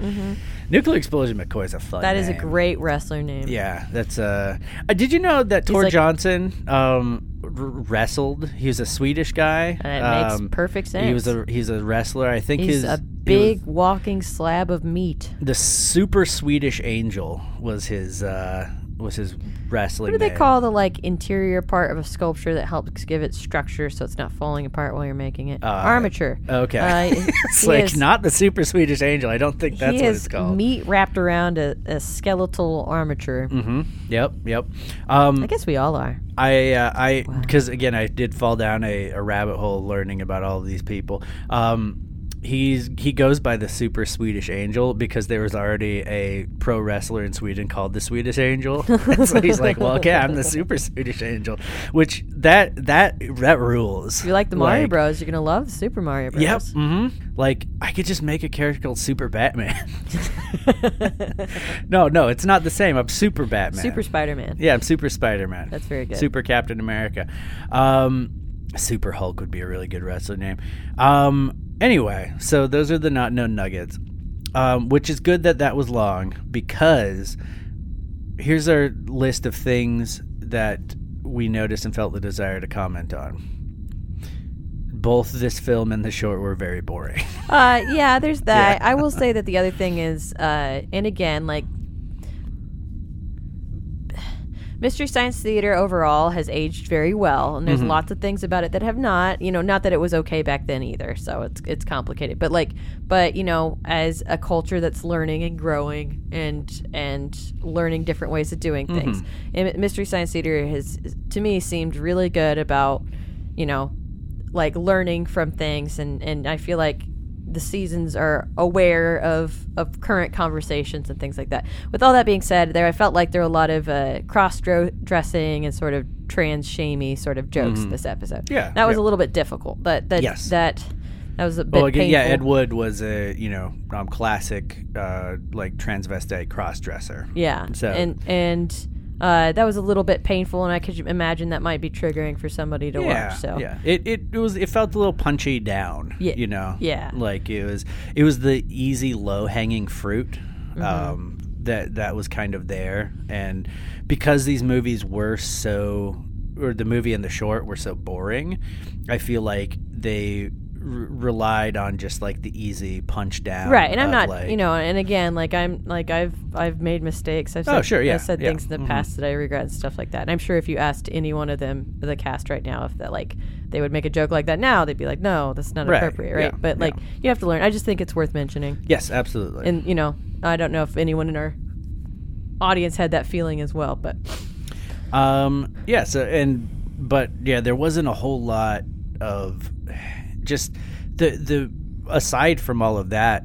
D: Nuclear Explosion McCoy is a fun.
F: Mm-hmm. That is a
D: name.
F: great wrestler name.
D: Yeah, that's uh, uh, did you know that Tor
F: like-
D: Johnson um, r- wrestled? He was a Swedish guy.
F: And Uh, it makes
D: Um,
F: perfect
D: He was a
F: sense.
D: he's a wrestler. I think
F: He's
D: his
F: a
D: he was-
F: big walking slab of meat.
D: the super Swedish Angel was his uh, was his wrestling.
F: What do they
D: name.
F: call the like interior part of a sculpture that helps give it structure so it's not falling apart while you're making it? Armature.
D: Uh, Okay.
F: Uh,
D: it's
F: he
D: like
F: is-
D: not the super Swedish angel. I don't think that's
F: he
D: what
F: has
D: it's called.
F: meat wrapped around a, a skeletal armature.
D: Mm-hmm. Yep, yep. Um,
F: I guess we all are.
D: I, uh, I, because again, I did fall down a, a rabbit hole learning about all of these people. Um, he's he goes by the super Swedish angel because there was already a pro wrestler in Sweden called the Swedish Angel. so he's like, well, okay, I'm the super Swedish angel, which that that that rules.
F: If you like the Mario
D: Like,
F: Bros, you're gonna love the Super Mario Bros.
D: Yep. hmm Like I could just make a character called Super Batman. no, no, it's not the same. I'm Super Batman.
F: Super Spider Man.
D: Yeah, I'm Super Spider Man.
F: That's very good.
D: Super Captain America. Um, Super Hulk would be a really good wrestler name. Um, anyway, so those are the not known nuggets, um, which is good that that was long because here's our list of things that we noticed and felt the desire to comment on. Both this film and the short were very boring.
F: Uh, yeah, there's that. I will say that the other thing is, uh, and again, like Mystery Science Theater overall has aged very well, and there's lots of things about it that have not. You know, not that it was okay back then either, so it's it's complicated. But like, but you know, as a culture that's learning and growing and and learning different ways of doing things, and Mystery Science Theater has to me seemed really good about, you know, like learning from things and and I feel like the seasons are aware of of current conversations and things like that. With all that being said, there I felt like there were a lot of uh, cross dro- dressing and sort of trans shamey sort of jokes this episode.
D: Mm-hmm. Yeah,
F: that was
D: yeah.
F: a little bit difficult. That that
D: Yes.
F: that that was a bit
D: Well, again, yeah,
F: painful.
D: Ed Wood was a you know um, classic uh, like transvestite cross dresser.
F: Yeah,
D: So-
F: and and uh, that was a little bit painful, and I could imagine that might be triggering for somebody to
D: yeah,
F: watch. So
D: yeah, it, it it was it felt a little punchy down.
F: Yeah,
D: you know,
F: yeah.
D: like it was it was the easy low hanging fruit
F: Mm-hmm.
D: um, that that was kind of there, and because these movies were so, or the movie and the short were so boring, I feel like they r- relied on just like the easy punch down.
F: right and i'm
D: of,
F: not
D: like-
F: you know and again like i'm like i've i've made mistakes i've
D: Oh,
F: said,
D: sure, yeah,
F: I've said
D: yeah, mm-hmm.
F: things in the past that i regret and stuff like that and i'm sure if you asked any one of them the cast right now if that like they would make a joke like that now they'd be like no that's not
D: Right,
F: appropriate right
D: yeah,
F: but like you have to learn i just think it's worth mentioning
D: Yes, absolutely.
F: and you know i don't know if anyone in our audience had that feeling as well but
D: Um, yeah, so and but yeah, there wasn't a whole lot of just the the aside from all of that,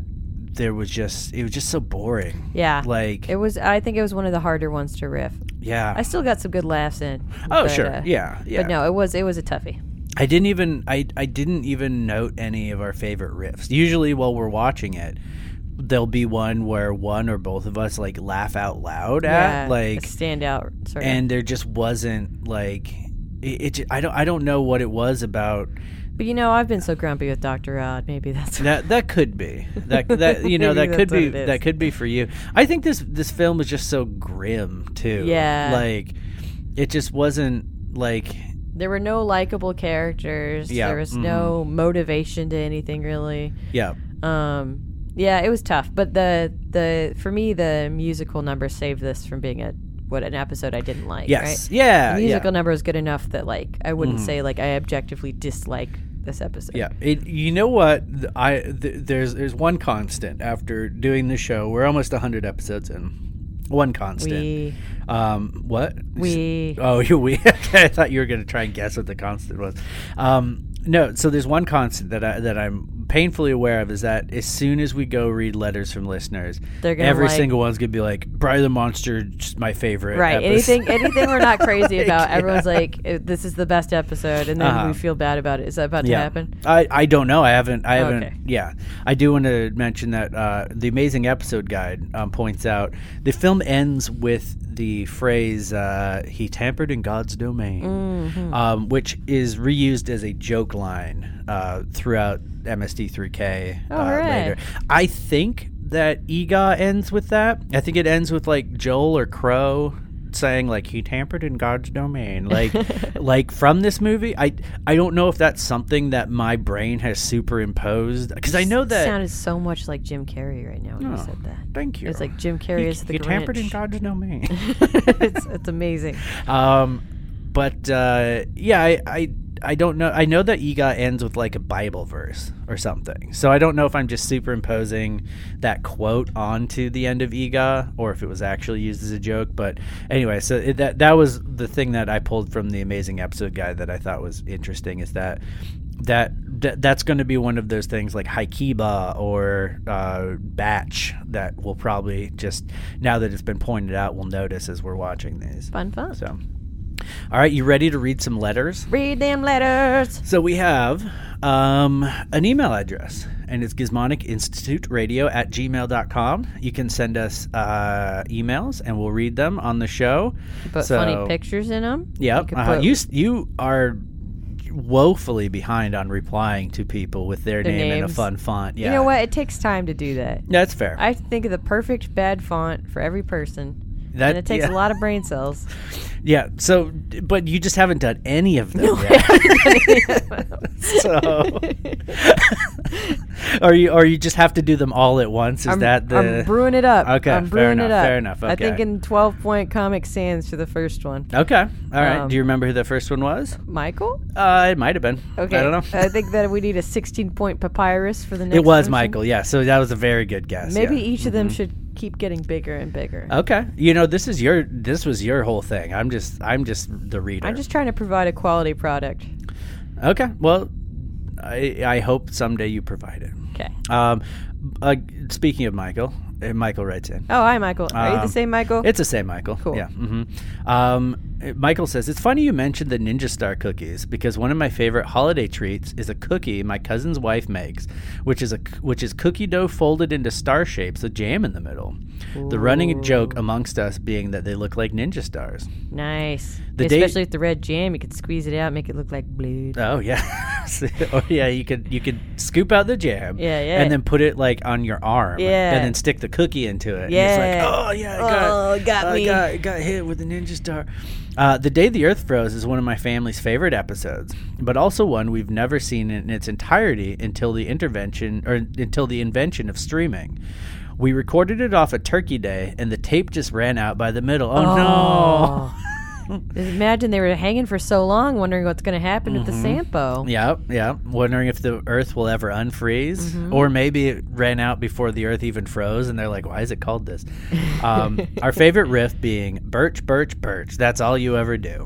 D: there was just it was just so boring.
F: yeah
D: Like
F: it was i think it was one of the harder ones to riff
D: yeah.
F: i still got some good laughs in
D: oh
F: but,
D: sure.
F: uh,
D: yeah. Yeah.
F: but no it was it was a toughie
D: I didn't even I I didn't even note any of our favorite riffs. Usually while we're watching it, there'll be one where one or both of us like laugh out loud at
F: yeah,
D: Uh, like
F: a standout sort of
D: and there just wasn't like it, it ju- I don't I don't know what it was about
F: But you know, I've been so grumpy with Dr. Odd. Maybe that's
D: That that could be that that you know
F: Maybe
D: that could
F: that's what
D: be
F: it is.
D: that could be for you. I think this this film is just so grim too.
F: Yeah.
D: like it just wasn't like
F: there were no likable characters.
D: Yeah, mm-hmm.
F: There was no motivation to anything really.
D: yeah
F: Um, yeah, it was tough. But the the for me the musical number saved this from being a what an episode I didn't like.
D: yes
F: Right?
D: yeah
F: the musical
D: yeah.
F: number was good enough that like I wouldn't say like I objectively dislike this episode.
D: Yeah, it, you know what? Th- I th- there's there's one constant after doing the show. We're almost hundred episodes in. One constant.
F: We
D: Um, what?
F: We-
D: Oh, you we. okay, I thought you were going to try and guess what the constant was. Um, no. So there's one constant that I that I'm painfully aware of is that as soon as we go read letters from listeners,
F: They're gonna
D: every
F: like-
D: single one's going to be like, "Brian the Monster, just my favorite."
F: right
D: episode."
F: anything anything we're not crazy about. Everyone's like "Eh, this is the best episode, and then we feel bad about it. Is that about
D: Uh-huh. yeah.
F: to happen?
D: I, I don't know. I haven't. I haven't.
F: Okay.
D: Yeah. I do want to mention that uh, the amazing episode guide um, points out the film ends with the phrase uh, "He tampered in God's domain,"
F: Mm-hmm.
D: um, which is reused as a joke line uh, throughout MSD3K uh,
F: hooray.
D: later. I think that Ega ends with that. I think it ends with like Joel or Crow saying like he tampered in God's domain. Like like from this movie, I I don't know if that's something that my brain has superimposed because I know that. Oh.
F: sounded so much like Jim Carrey right now when you said that.
D: thank you.
F: It's like Jim Carrey
D: He-
F: is the
D: he tampered in
F: Grinch.
D: God's domain.
F: it's, it's amazing.
D: um, but uh, yeah, I. I I don't know. I know that Ega ends with like a Bible verse or something. So I don't know if I'm just superimposing that quote onto the end of Ega or if it was actually used as a joke. But anyway, so it, that that was the thing that I pulled from the amazing episode guide that I thought was interesting is that that, that that's going to be one of those things like Haikiba or uh, Batch that we'll probably just now that it's been pointed out we'll notice as we're watching these.
F: Fun, fun.
D: So, all right, you ready to read some letters?
F: Read them letters.
D: So we have um, an email address, and it's gizmonicinstituteradio at gmail.com. You can send us uh, emails, and we'll read them on the show.
F: Put
D: So-
F: funny pictures in them.
D: Yep.
F: could
D: You, uh
F: put-
D: you, s- you are woefully behind on replying to people with their,
F: Their
D: name in a
F: names.
D: fun font. Yeah.
F: You know what? It takes time to do that.
D: That's fair.
F: I have to think of the perfect bad font for every person.
D: That-
F: and it takes
D: yeah.
F: a lot of brain cells.
D: yeah. So, but you just haven't done any of them yet. so or you or you just have to do them all at once is
F: I'm,
D: that the
F: I'm brewing it up.
D: Okay,
F: I'm
D: fair
F: brewing
D: enough,
F: it up.
D: fair enough,
F: I
D: okay.
F: think in 12 point Comic Sans for the first one.
D: okay all right
F: Um,
D: do you remember who the first one was
F: Michael?
D: uh it might have been
F: Okay. uh,
D: i don't know
F: I think that we need a 16 point papyrus for the next
D: it was
F: person.
D: michael yeah so that was a very good guess
F: Maybe e-
D: yeah. Mm-hmm.
F: each of them should keep getting bigger and bigger.
D: okay you know this is your this was your whole thing i'm just i'm just the reader
F: I'm just trying to provide a quality product.
D: okay well I, I hope someday you provide it.
F: Okay.
D: Um, uh, speaking of Michael, uh, Michael writes in.
F: Oh, hi, Michael. Are you the
D: Um,
F: same Michael?
D: It's the same, Michael.
F: Cool.
D: Yeah. hmm Um, uh, Michael says it's funny you mentioned the Ninja Star cookies because one of my favorite holiday treats is a cookie my cousin's wife makes, which is a c- which is cookie dough folded into star shapes with jam in the middle. The running joke amongst us being that they look like ninja stars.
F: nice.
D: The day-
F: Especially with the red jam, you could squeeze it out, make it look like blood.
D: Oh yeah, See, oh yeah. You could you could scoop out the jam.
F: Yeah, yeah.
D: And then put it like on your arm.
F: Yeah.
D: And then stick the cookie into it.
F: Yeah.
D: And it's like, oh yeah, I got,
F: Oh, it got
D: I
F: me."
D: Got, I got hit with a ninja star. Uh, the day the Earth froze is one of my family's favorite episodes, but also one we've never seen in its entirety until the intervention or until the invention of streaming. We recorded it off a turkey day, and the tape just ran out by the middle. Oh, no!
F: Oh. Imagine they were hanging for so long, wondering what's going to happen to the Sampo.
D: Mm-hmm. Yeah, yeah. Wondering if the Earth will ever unfreeze,
F: Mm-hmm.
D: or maybe it ran out before the Earth even froze, and they're like, "Why is it called this?" Um, our favorite riff being "Birch, Birch, Birch." That's all you ever do.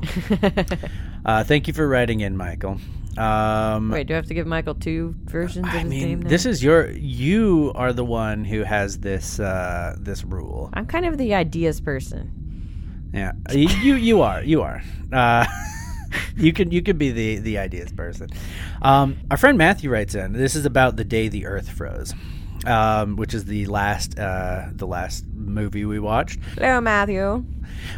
D: uh, thank you for writing in, Michael. Um,
F: Wait, do I have to give Michael two versions of
D: I
F: his name
D: mean,
F: now?
D: this is your. You are the one who has this uh, this rule.
F: I'm kind of the ideas person.
D: Yeah, you you you are you are. Uh, you can you can be the the ideas person. Um, our friend Matthew writes in. This is about the day the Earth froze, um, which is the last uh, the last movie we watched.
F: Hello, Matthew.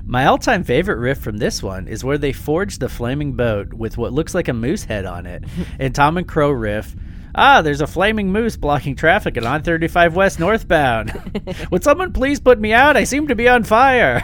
D: My all time favorite riff from this one is where they forge the flaming boat with what looks like a moose head on it, and Tom and Crow riff. Ah, there's a flaming moose blocking traffic at I 35 West northbound. Would someone please put me out? I seem to be on fire.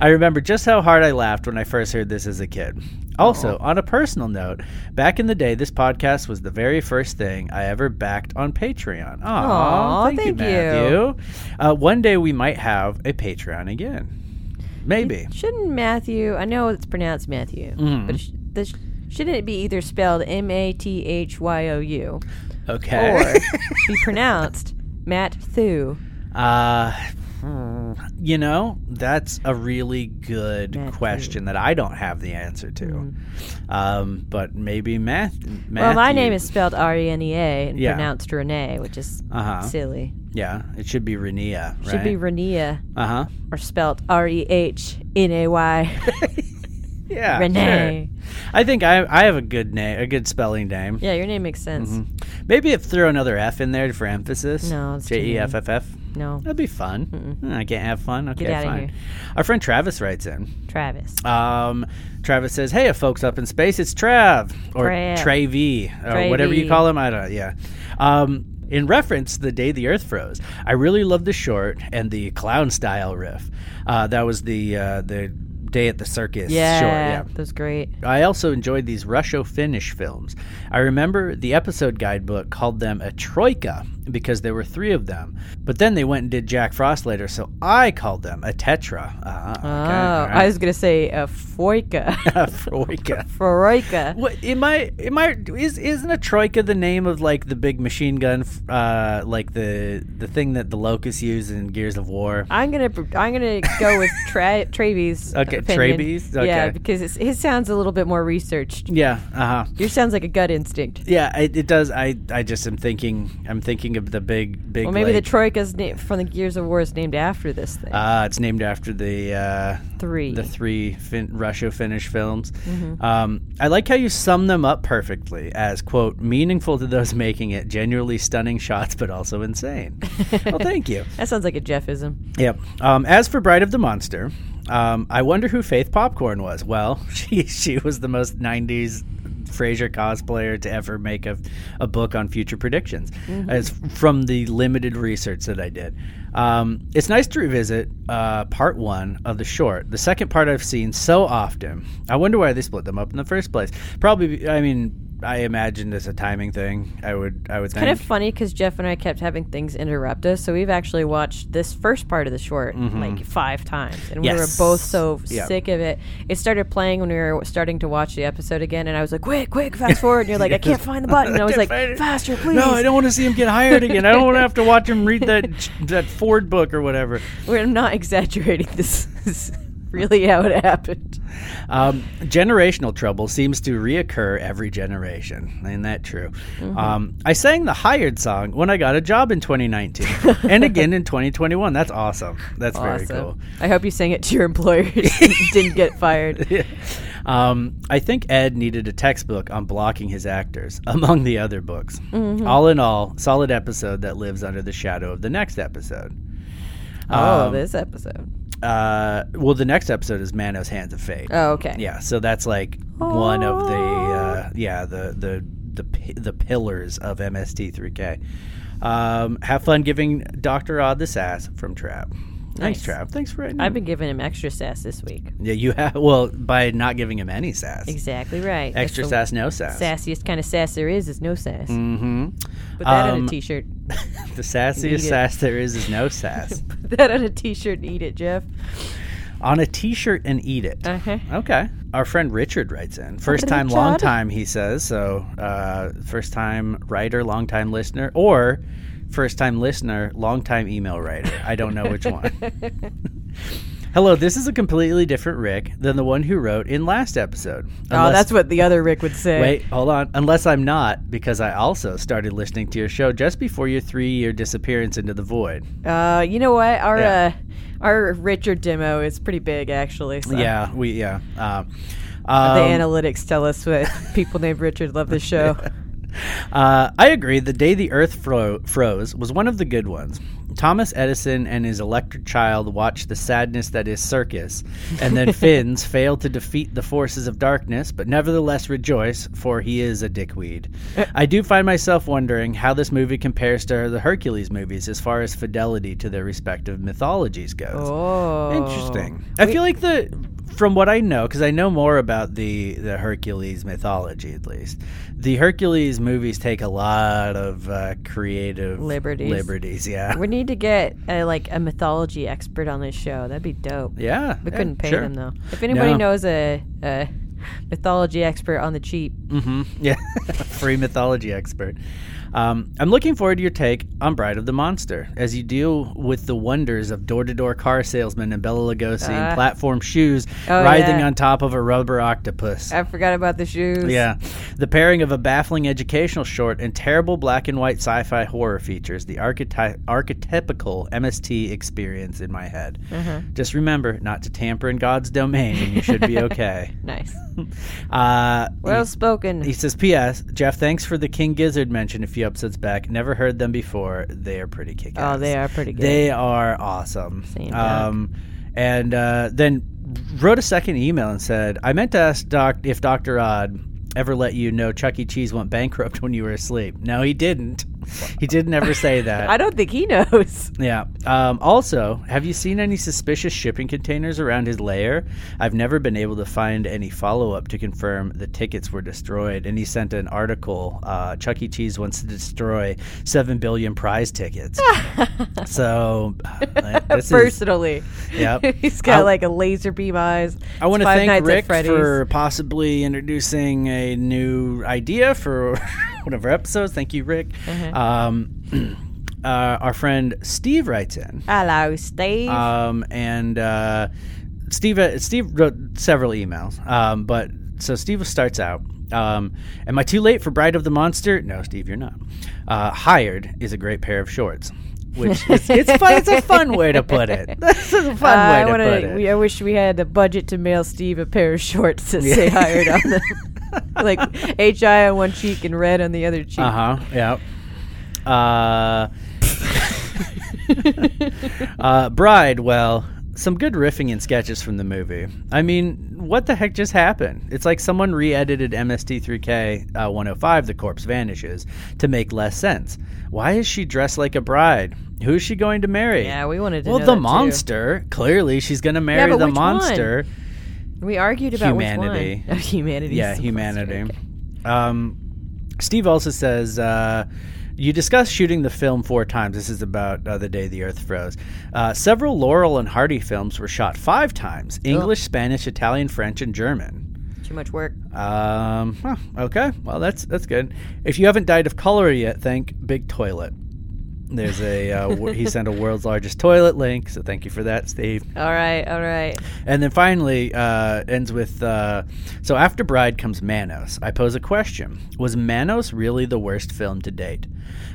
D: I remember just how hard I laughed when I first heard this as a kid. Also, on a personal note, back in the day, this podcast was the very first thing I ever backed on Patreon. Aw,
F: Aw,
D: thank, you,
F: thank you.
D: Matthew. Uh, one day we might have a Patreon again. Maybe.
F: Shouldn't Matthew? I know it's pronounced Matthew,
D: Mm-hmm.
F: but sh- the sh- shouldn't it be either spelled M A T H Y O U
D: Okay.
F: or be pronounced Matt Thu?
D: uh, you know, that's a really good
F: Matthew.
D: question that I don't have the answer to. Um, but maybe math.
F: Hmm. Well, my name is spelled R E N E A and
D: Yeah.
F: pronounced Renee, which is
D: Uh-huh.
F: silly.
D: Yeah, it should be Renia, right?
F: Should be Renea
D: Uh huh.
F: or spelled R E H N A Y.
D: Yeah.
F: Renee.
D: sure. I think I I have a good name, a good spelling name.
F: Yeah, your name makes sense.
D: Mm-hmm. Maybe if throw another F in there for emphasis.
F: No, it's too
D: J E F F F.
F: No,
D: That'd be fun. Hmm, I can't have fun. Okay,
F: outta
D: fine.
F: here.
D: Our friend Travis writes in.
F: Travis.
D: Um, Travis says, "Hey, folks up in space, it's Trav or
F: Trav.
D: Trey V or
F: Trey
D: whatever you
F: V.
D: call him. I don't. Yeah. Um, in reference to the day the Earth froze, I really love the short and the clown style riff. Uh, that was the uh, the day at the circus.
F: yeah,
D: short, yeah.
F: that was great.
D: I also enjoyed these Russo-Finnish films. I remember the episode guidebook called them a troika because there were three of them. But then they went and did Jack Frost later, so I called them a tetra. Ah, okay,
F: Oh,
D: all
F: I
D: right.
F: was gonna say a foika,
D: troika.
F: foroika.
D: What am I? Am I? Is isn't a troika the name of like the big machine gun, f- uh, like the the thing that the locusts use in Gears of War?
F: I'm gonna I'm gonna go with Tra- Travis.
D: Okay,
F: opinion.
D: Travis?
F: Yeah,
D: Okay.
F: because it's, his sounds a little bit more researched.
D: Yeah. Uh huh.
F: Yours sounds like a gut instinct.
D: Yeah. It, it does. I I just am thinking. I'm thinking of the big big.
F: Well, maybe
D: like,
F: the Troika's name from the Gears of War is named after this thing.
D: Ah, it's named after the uh,
F: Three.
D: the three fin- Russo-Finnish films.
F: Mm-hmm.
D: Um, I like how you sum them up perfectly as quote meaningful to those making it, genuinely stunning shots, but also insane. well, thank you.
F: that sounds like a Jeffism.
D: Yep. Um, as for Bride of the Monster, um, I wonder who Faith Popcorn was. Well, she she was the most '90s Frasier cosplayer to ever make a, a book on future predictions, as from the limited research that I did. Um, it's nice to revisit uh, part one of the short. The second part I've seen so often. I wonder why they split them up in the first place. Probably, be- I mean, I imagine it's a timing thing. I would, I would think.
F: Kind of funny because Jeff and I kept having things interrupt us, so we've actually watched this first part of the short like five times, and we were
D: Mm-hmm. Yes.
F: both so
D: Yeah.
F: sick of it. It started playing when we were starting to watch the episode again, and I was like, "Quick, quick, fast forward!" And you're like, "I can't find the button." And I was like,
D: find it.
F: "Faster, please!"
D: No, I don't want to see him get hired again. I don't want to have to watch him read that that Ford book or whatever.
F: We're not exaggerating. This is really how it happened.
D: Um, generational trouble seems to reoccur every generation. Ain't that true?
F: Mm-hmm.
D: Um, I sang the hired song when I got a job in 2019 and again in 2021. That's awesome. That's very
F: awesome.
D: cool.
F: I hope you sang it to your employers. Didn't get fired.
D: Um, I think Ed needed a textbook on blocking his actors, among the other books.
F: Mm-hmm.
D: All in all, solid episode that lives under the shadow of the next episode.
F: oh,
D: Um,
F: this episode.
D: Uh, well, the next episode is Mano's Hands of Fate.
F: Oh, okay.
D: Yeah, so that's like one of the uh, yeah the the the pi- the pillars of MST3K. Um, have fun giving Doctor Odd the sass from Trap. Thanks,
F: Nice.
D: Trap. Thanks for writing.
F: I've
D: in.
F: been giving him extra sass this week.
D: yeah, you have well by not giving him any sass.
F: Exactly right. That's
D: Extra
F: the
D: sass, no sass.
F: Sassiest kind of sass there is is no sass.
D: Mm-hmm.
F: Put that on
D: Um,
F: a t-shirt.
D: The sassiest
F: Need it.
D: sass there is is no sass.
F: Put that on a t-shirt and eat it, Jeff.
D: on a t-shirt and eat it.
F: Uh-huh.
D: Okay. Our friend Richard writes in. First time,
F: Richard.
D: long time, he says. So, uh, first time writer, long time listener, or first time listener, long time email writer. I don't know which one. Hello, this is a completely different Rick than the one who wrote in last episode.
F: oh,
D: Unless-
F: that's what the other Rick would say.
D: Wait, hold on. Unless I'm not, because I also started listening to your show just before your three year disappearance into the void.
F: Uh, you know what? Our
D: Yeah.
F: uh, our Richard demo is pretty big, actually. So
D: Yeah, we, yeah. Um,
F: The
D: um,
F: analytics tell us that people named Richard love the show.
D: Uh, I agree. The day the Earth fro- froze was one of the good ones. Thomas Edison and his electric child watched the sadness that is circus, and then Finns failed to defeat the forces of darkness, but nevertheless rejoice, for he is a dickweed. I do find myself wondering how this movie compares to the Hercules movies as far as fidelity to their respective mythologies goes.
F: Oh,
D: Interesting. Um, I feel like the from what I know, because I know more about the the Hercules mythology at least. The Hercules movies take a lot of uh, creative
F: Liberties.
D: Liberties, yeah,
F: We need to get a, like a mythology expert on this show. That'd be dope.
D: yeah.
F: We
D: yeah,
F: couldn't pay
D: sure.
F: them though. If anybody
D: No.
F: knows a, a mythology expert on the cheap,
D: Yeah, free mythology expert. Um, I'm looking forward to your take on Bride of the Monster as you deal with the wonders of door-to-door car salesman and Bella Lugosi in
F: Ah.
D: platform shoes
F: Oh,
D: writhing
F: yeah.
D: on top of a rubber octopus.
F: I forgot about the shoes.
D: Yeah. The pairing of a baffling educational short and terrible black and white sci fi horror features the archety- archetypical MST experience in my head. Just remember not to tamper in God's domain and you should be okay.
F: nice.
D: uh,
F: Well
D: he
F: spoken.
D: says, P.S. Jeff, thanks for the King Gizzard mention a few episodes back. Never heard them before. They are pretty kick
F: Oh, they are pretty good.
D: They are awesome.
F: Same
D: um, and uh, then wrote a second email and said, I meant to ask doc- if Dr. Odd ever let you know Chuck E. Cheese went bankrupt when you were asleep. No, he didn't. He didn't ever say that.
F: I don't think he knows.
D: Yeah. Um, also, have you seen any suspicious shipping containers around his lair? I've never been able to find any follow up to confirm the tickets were destroyed. And he sent an article uh, Chuck E. Cheese wants to destroy 7 billion prize tickets. so, uh, this is.
F: Personally,
D: Yep.
F: he's got
D: I-
F: like a laser beam eyes.
D: I want to
F: It's Five
D: thank
F: Nights at
D: Rick
F: Freddy's.
D: for possibly introducing a new idea for one of our episodes. Thank you, Rick.
F: Mm-hmm.
D: Um, uh, our friend Steve writes in.
F: hello, Steve.
D: Um, and uh, Steve uh, Steve wrote several emails. Um, but so Steve starts out. Um, am I too late for Bride of the Monster? No, Steve, you're not. Uh, hired is a great pair of shorts, which is, it's fun. It's a fun way to put it. This is a fun
F: Uh, I
D: way to
F: wanna-
D: put it.
F: we- I wish we had the budget to mail Steve a pair of shorts that say hired on them. like HI on one cheek and red on the other cheek.
D: Uh huh. Yeah. Uh, uh, Bride, well, some good riffing and sketches from the movie. I mean, what the heck just happened? It's like someone re edited MST3K uh, 105, The Corpse Vanishes, to make less sense. Why is she dressed like a bride? Who's she going to marry?
F: Yeah, we wanted to
D: Well,
F: know
D: the
F: that too.
D: monster. Clearly, she's going to marry
F: but
D: the
F: which one?
D: monster.
F: We argued about
D: Humanity.
F: which one. Oh, humanity.
D: Yeah,
F: is the
D: humanity.
F: monster, okay.
D: Um, Steve also says uh, you discussed shooting the film four times. This is about uh, the day the Earth froze. Uh, several Laurel and Hardy films were shot five times: English, Spanish, Italian, French, and German.
F: Too much work.
D: Um, huh, okay, well that's that's good. If you haven't died of cholera yet, thank Big Toilet. There's a uh, wor- he sent a world's largest toilet link, so thank you for that, Steve.
F: All right, all right.
D: And then finally uh, ends with uh, so after Bride comes Manos. I pose a question: Was Manos really the worst film to date?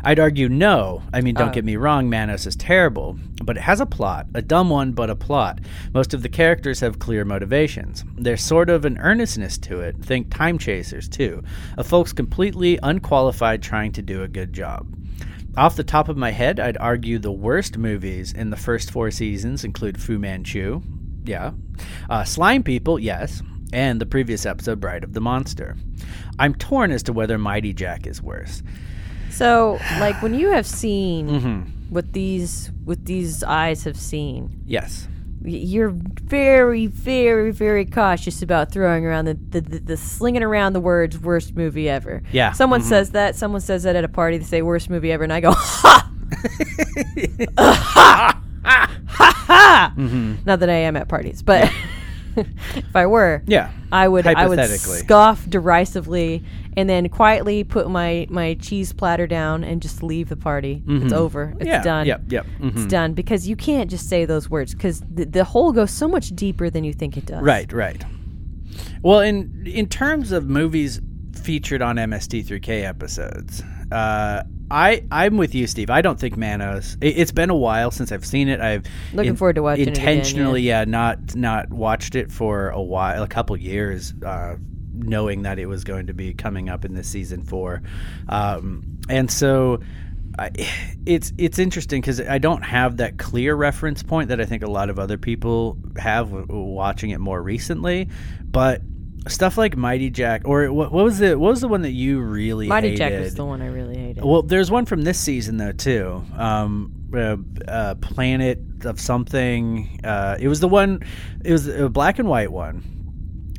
D: I'd argue no. I mean, don't get me wrong, Manos is terrible, but it has a plot, a dumb one, but a plot. Most of the characters have clear motivations. There's sort of an earnestness to it. Think Time Chasers too, a folks completely unqualified trying to do a good job. Off the top of my head, I'd argue the worst movies in the first four seasons include Fu Manchu, yeah, uh, Slime People, yes, and the previous episode, Bride of the Monster. I'm torn as to whether Mighty Jack is worse.
F: So, like when you have seen
D: Mm-hmm.
F: what these what these eyes have seen,
D: Yes.
F: y- you're very, very, very cautious about throwing around the the, the, the slinging around the words "worst movie ever."
D: Yeah. mm-hmm.
F: Someone says that. Someone says that at a party. They say "worst movie ever," and I go, "Ha."
D: Mm-hmm.
F: Not that I am at parties, but if I were,
D: Yeah.
F: I would I would
D: Hypothetically.
F: scoff derisively and then quietly put my my cheese platter down and just leave the party. It's over. It's
D: Mm-hmm. yeah.
F: done.
D: Yep. Yep. mhm.
F: It's done because you can't just say those words because the, the hole goes so much deeper than you think it does.
D: Right, right. Well, in in terms of movies featured on MST3K episodes, uh, I I'm with you, Steve. I don't think Manos. It, it's been a while since I've seen it. I've
F: Looking forward to watching it again, yeah.
D: intentionally, yeah, not not watched it for a while, a couple years, uh, knowing that it was going to be coming up in this season four, um, and so. I, it's it's interesting because I don't have that clear reference point that I think a lot of other people have w- w- watching it more recently, but stuff like Mighty Jack or what, what was it? What was the one that you really
F: Mighty
D: hated?
F: Jack was the one I really hated.
D: Well, there's one from this season though too. Um, uh, uh, Planet of something. Uh, it was the one. It was a black and white one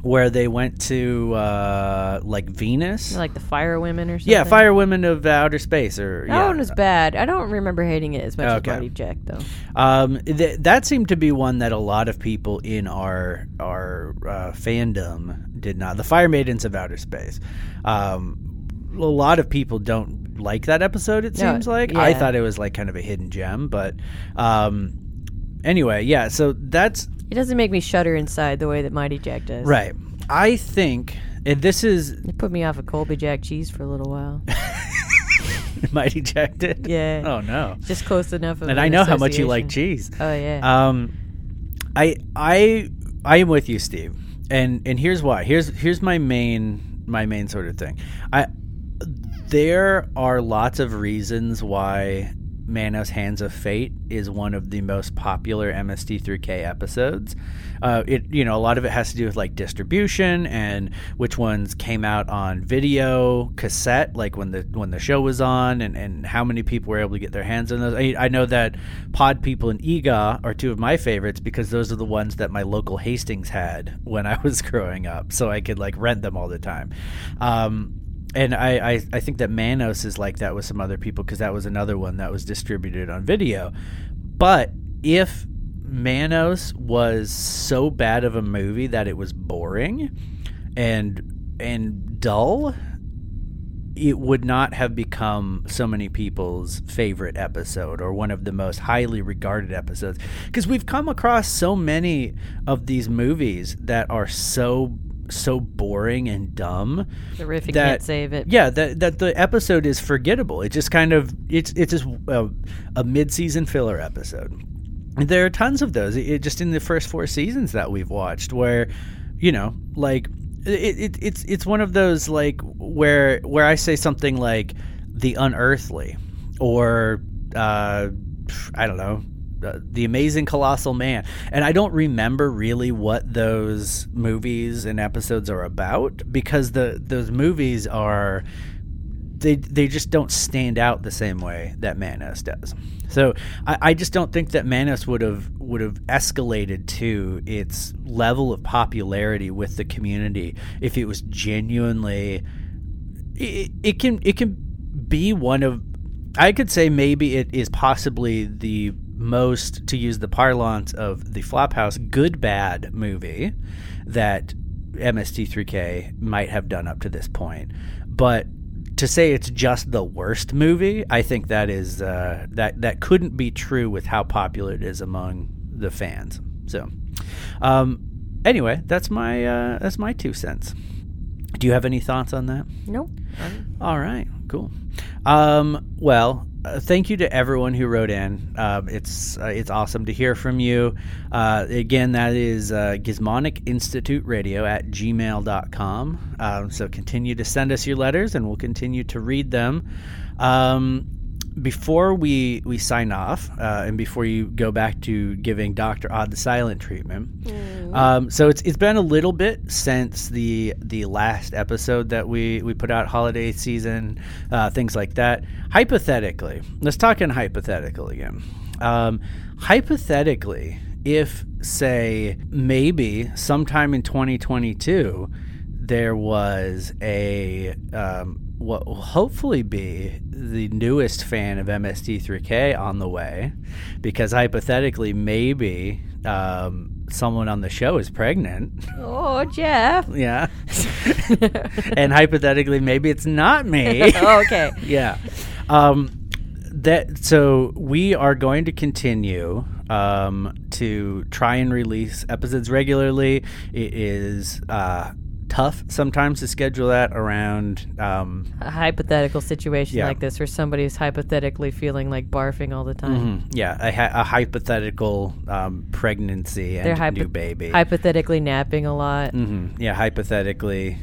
D: where they went to uh, like Venus.
F: like the Fire Women or something.
D: yeah, Fire Women of Outer Space or
F: That
D: yeah.
F: one was bad. I don't remember hating it as much
D: Okay.
F: as Mighty Jack though.
D: Um, th- that seemed to be one that a lot of people in our our uh, fandom did not. The Fire Maidens of Outer Space. Um, a lot of people don't like that episode. It
F: No,
D: seems like I
F: yeah.
D: thought it was like kind of a hidden gem, but um, anyway, yeah. So that's
F: It doesn't make me shudder inside the way that Mighty Jack does.
D: right. I think. And this is
F: It put me off of Colby Jack cheese for a little while.
D: Mighty Jack did.
F: Yeah.
D: Oh no.
F: just close enough of
D: And
F: an
D: I know how much you like
F: association.
D: cheese.
F: Oh yeah.
D: Um, I I I am with you, Steve. And and here's why. Here's here's my main my main sort of thing. I there are lots of reasons why Manos Hands of Fate is one of the most popular MST3K episodes. Uh, it you know a lot of it has to do with like distribution and which ones came out on video cassette, like when the when the show was on, and and how many people were able to get their hands on those. I, I know that Pod People and Ega are two of my favorites because those are the ones that my local Hastings had when I was growing up, so I could like rent them all the time. Um, and I, I, I think that Manos is like that with some other people because that was another one that was distributed on video. But if Manos was so bad of a movie that it was boring and and dull, it would not have become so many people's favorite episode or one of the most highly regarded episodes because we've come across so many of these movies that are so so boring and dumb
F: Terrific
D: that-
F: can't save it.
D: yeah, that that the episode is forgettable. It just kind of it's it's just a, a mid-season filler episode. There are tons of those. It, it- just in the first four seasons that we've watched, where you know, like it, it, it's it's one of those like where where I say something like the unearthly, or uh, I don't know. uh, The Amazing Colossal Man, and I don't remember really what those movies and episodes are about because the those movies are they they just don't stand out the same way that Manos does. So I, I just don't think that Manos would have would have escalated to its level of popularity with the community if it was genuinely. It, it can it can be one of. I could say maybe it is possibly the most to use the parlance of the Flophouse good bad movie that MST3K might have done up to this point, but to say it's just the worst movie, I think that is uh, that that couldn't be true with how popular it is among the fans. So, um, anyway, that's my uh, that's my two cents. Do you have any thoughts on that?
F: Nope.
D: All right, cool. Um, well, uh, thank you to everyone who wrote in. Um, it's uh, it's awesome to hear from you. Uh, again, that is uh, Gizmonic Institute Radio at gmail.com. Um, so continue to send us your letters and we'll continue to read them. Um, before we we sign off uh, and before you go back to giving Doctor Odd the silent treatment, um, so it's it's been a little bit since the the last episode that we we put out holiday season uh, things like that. Hypothetically, let's talk in hypothetical again. Um, hypothetically, if say maybe sometime in 2022 there was a um, what will hopefully be the newest fan of MST3K on the way, because hypothetically, maybe um, someone on the show is pregnant.
F: Oh, Jeff.
D: yeah. and hypothetically, maybe it's not me.
F: Oh, okay.
D: yeah. Um, that so we are going to continue um, to try and release episodes regularly. It is uh, tough sometimes to schedule that around. Um,
F: A hypothetical situation
D: Yeah.
F: like this where somebody's hypothetically feeling like barfing all the time.
D: Yeah, a, hy- a hypothetical um, pregnancy and
F: They're hypo-
D: new baby.
F: hypothetically napping a lot.
D: yeah, hypothetically.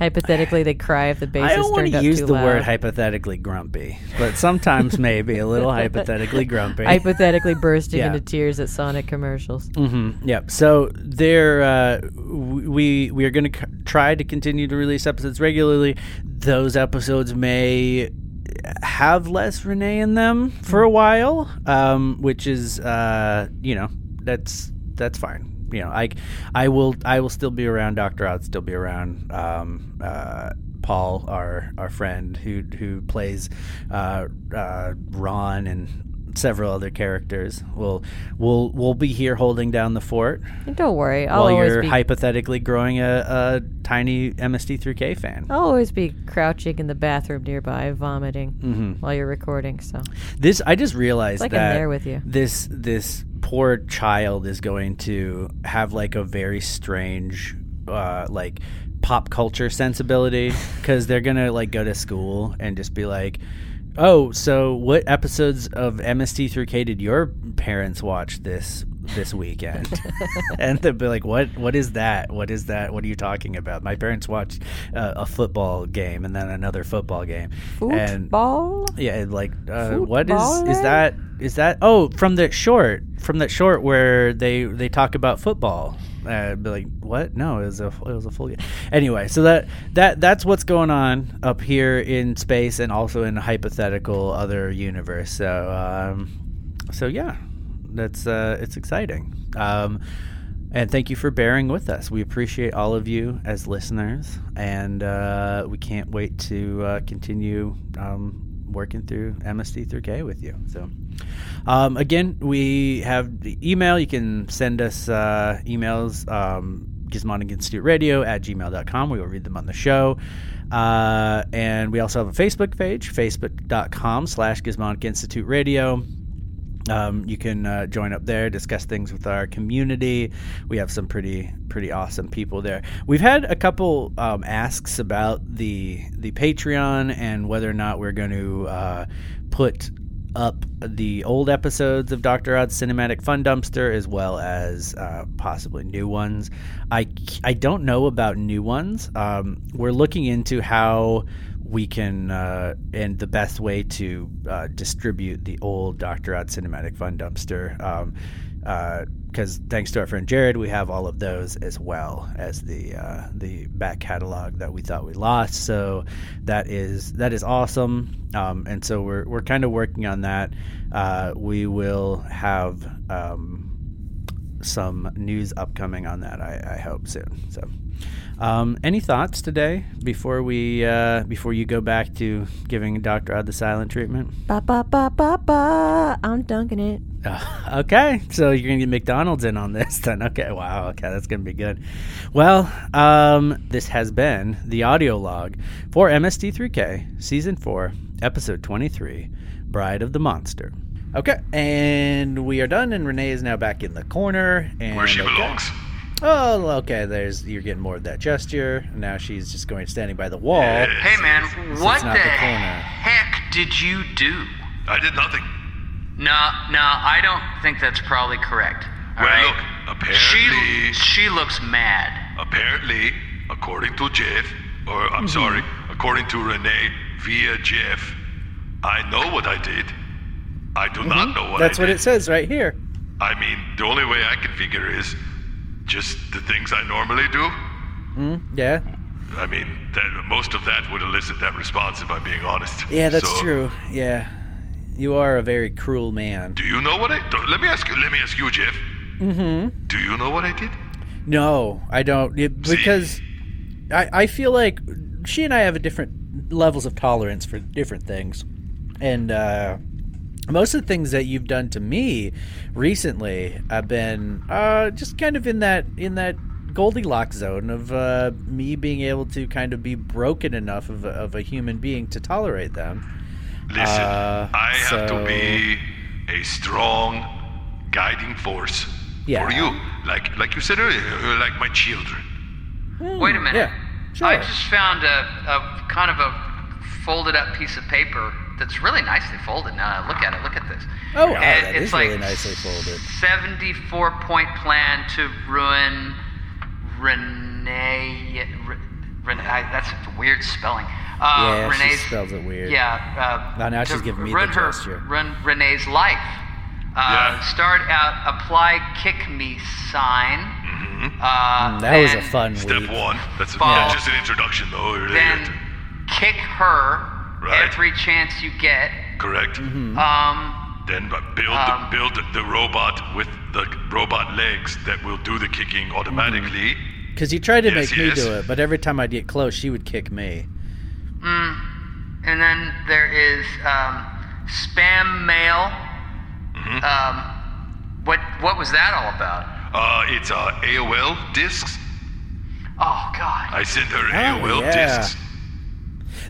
F: Hypothetically, they cry if the bass
D: I
F: is
D: don't want
F: turned
D: to
F: up
D: use
F: too
D: the
F: loud.
D: word hypothetically grumpy, but sometimes maybe a little hypothetically grumpy.
F: hypothetically bursting
D: Yeah. Mm.
F: into tears at Sonic commercials.
D: Yep. So there, uh, w- we we are going to c- try to continue to release episodes regularly. Those episodes may have less Renee in them for a while, um, which is uh, you know that's that's fine. You know, I I will I will still be around. Doctor Odd still be around. Um, uh, Paul, our our friend who who plays uh, uh, Ron and several other characters will will will be here holding down the fort
F: And don't worry, I'll
D: while
F: always
D: you're
F: be.
D: hypothetically growing a, a tiny MST3K fan.
F: I'll always be crouching in the bathroom nearby, vomiting
D: Mm-hmm.
F: while you're recording. So
D: This I just realized
F: like I'm
D: that
F: there with you.
D: this this poor child is going to have like a very strange uh, like pop culture sensibility because they're gonna like go to school and just be like. Oh, so what episodes of MST3K did your parents watch this this weekend? and they'll be like, "What? What is that? What is that? What are you talking about?" My parents watched uh, a football game and then another football game. And-
F: football.
D: yeah, and, like uh, what is is
F: Footballer?
D: that is that oh from that short from that short where they they talk about football. Uh, be like what? No, it was a it was a full game. Anyway, so that that that's what's going on up here in space and also in a hypothetical other universe. So um, so yeah, that's uh, it's exciting. Um, and thank you for bearing with us. We appreciate all of you as listeners, and uh, we can't wait to uh, continue um, working through MSD through K with you. So, um, again, we have the email. You can send us uh, emails, um, Gizmonic Institute Radio at gmail.com. We will read them on the show. Uh, and we also have a Facebook page, facebook.com slash Gizmonic Institute Radio. Um, you can uh, join up there, discuss things with our community. We have some pretty pretty awesome people there. We've had a couple um, asks about the the Patreon and whether or not we're going to uh, put up the old episodes of Doctor Odd's Cinematic Fun Dumpster as well as uh, possibly new ones. I I don't know about new ones. Um, we're looking into how we can uh, and the best way to uh, distribute the old Doctor Odd Cinematic Fun Dumpster. Um, because thanks to our friend Jared, we have all of those as well as the uh, the back catalog that we thought we lost. So that is that is awesome, um, and so we're we're kind of working on that. Uh, we will have um, some news upcoming on that. I, I hope soon. So, um, any thoughts today before we uh, before you go back to giving Doctor Odd the silent treatment?
F: Ba ba ba ba ba. I'm dunking it.
D: Oh, okay, so you're gonna get McDonald's in on this then. Okay, wow. Okay, that's gonna be good. Well, um, this has been the audio log for MSD3K season four, episode twenty-three, Bride of the Monster. Okay, and we are done, and Renee is now back in the corner. And
C: Where she
D: okay.
C: belongs.
D: Oh, okay. There's you're getting more of that gesture. and Now she's just going standing by the wall.
E: Hey man, what
D: it's
E: the
D: not the corner.
E: heck did you do?
C: I did nothing.
E: No, no, I don't think that's probably correct. All
C: Well,
E: right.
C: look, apparently,
E: She she looks mad.
C: apparently, according to Jeff, or I'm
D: Mm-hmm.
C: sorry, according to Renee via Jeff, I know what I did. I do not know what
D: Mm-hmm. That's
C: I
D: what
C: did.
D: it says right here.
C: I mean, the only way I can figure is just the things I normally do.
D: Yeah.
C: I mean, that most of that would elicit that response if I'm being honest.
D: Yeah, that's
C: So,
D: true. Yeah. You are a very cruel man.
C: Do you know what I? do- Let me ask you. Let me ask you, Jeff. Mm-hmm. Do you know what I did?
D: No, I don't. It- because I, I feel like she and I have a different levels of tolerance for different things. And uh, most of the things that you've done to me recently have been uh, just kind of in that in that Goldilocks zone of uh, me being able to kind of be broken enough of a, of a human being to tolerate them.
C: Listen,
D: Uh,
C: I have
D: so-
C: to be a strong guiding force
D: Yeah.
C: for you, like like you said earlier, you're like my children.
E: Wait a minute.
D: Yeah, sure.
E: I just found a, a kind of a folded up piece of paper that's really nicely folded. Now look at it. Look at this.
D: Oh, wow,
E: It-
D: that
E: it's
D: is
E: like
D: really nicely folded.
E: Seventy-four point plan to ruin Renee. Re- Renee I, that's a weird spelling. Uh,
D: yeah, she
E: Renee's
D: spells it weird.
E: Yeah. Uh,
D: Now- now
E: to
D: she's giving me the
E: run her,
D: gesture.
E: Run Renee's life. Uh,
C: Yeah.
E: Start out. Apply kick me sign. Uh,
D: Mm, That was a
E: then-
D: fun
C: Step
D: week.
C: one. That's,
E: Ball.
C: that's just an introduction, though. You're-
E: Then kick her
C: Right.
E: every chance you get.
C: Correct.
D: Mm-hmm.
E: Um,
C: Then uh, build
E: Um,
C: the, build the robot with the robot legs that will do the kicking automatically.
D: Because you tried to
C: Yes,
D: make me
C: yes.
D: do it, but every time I'd get close, she would kick me.
E: and then there is um, spam mail.
C: Mm-hmm.
E: Um, what what was that all about?
C: Uh, it's uh, AOL discs.
E: Oh God.
C: I sent her
D: Oh,
C: AOL
D: yeah.
C: discs.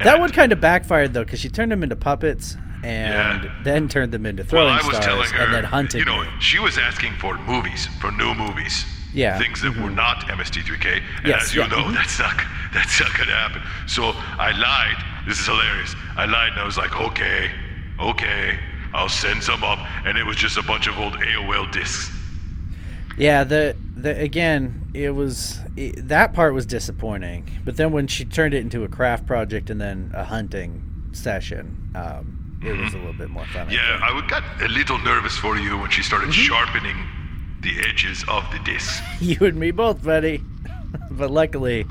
D: That one kind of backfired though, because she turned them into puppets and
C: Yeah.
D: then turned them into
C: Well,
D: throwing
C: I was
D: stars
C: telling her,
D: and then hunted
C: you know,
D: me.
C: she was asking for movies, for new movies.
D: Yeah. Mm-hmm.
C: Things that were not MST3K. And
D: Yes,
C: as you
D: yeah, Mm-hmm.
C: know, that's not, that's not going to happen. So I lied. This is hilarious. I lied and I was like, okay, okay, I'll send some up. And it was just a bunch of old AOL discs.
D: Yeah, the the again, it was it, that part was disappointing. But then when she turned it into a craft project and then a hunting session, um, it was a little bit more fun. I
C: Mm-hmm. Yeah, I would- got a little nervous for you when she started
D: Mm-hmm.
C: sharpening the edges of the discs.
D: you and me both, buddy. but luckily,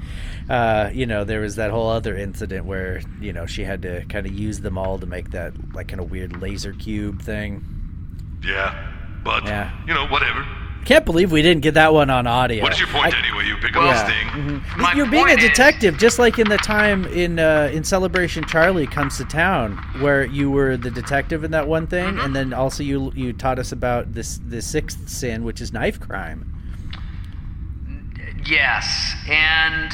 D: uh, you know, there was that whole other incident where you know she had to kind of use them all to make that like kind of weird laser cube thing.
C: Yeah, but,
D: Yeah.
C: you know, whatever.
D: Can't believe we didn't get that one on audio.
C: What is your point
D: I-
C: anyway? You pick
E: Well,
C: up
D: yeah. Mm-hmm.
C: this thing.
E: My
D: You're being a
E: point is-
D: detective, just like in the time in uh, in Celebration Charlie comes to town, where you were the detective in that one thing,
C: Mm-hmm.
D: and then also you you taught us about this the sixth sin, which is knife crime.
E: Yes, and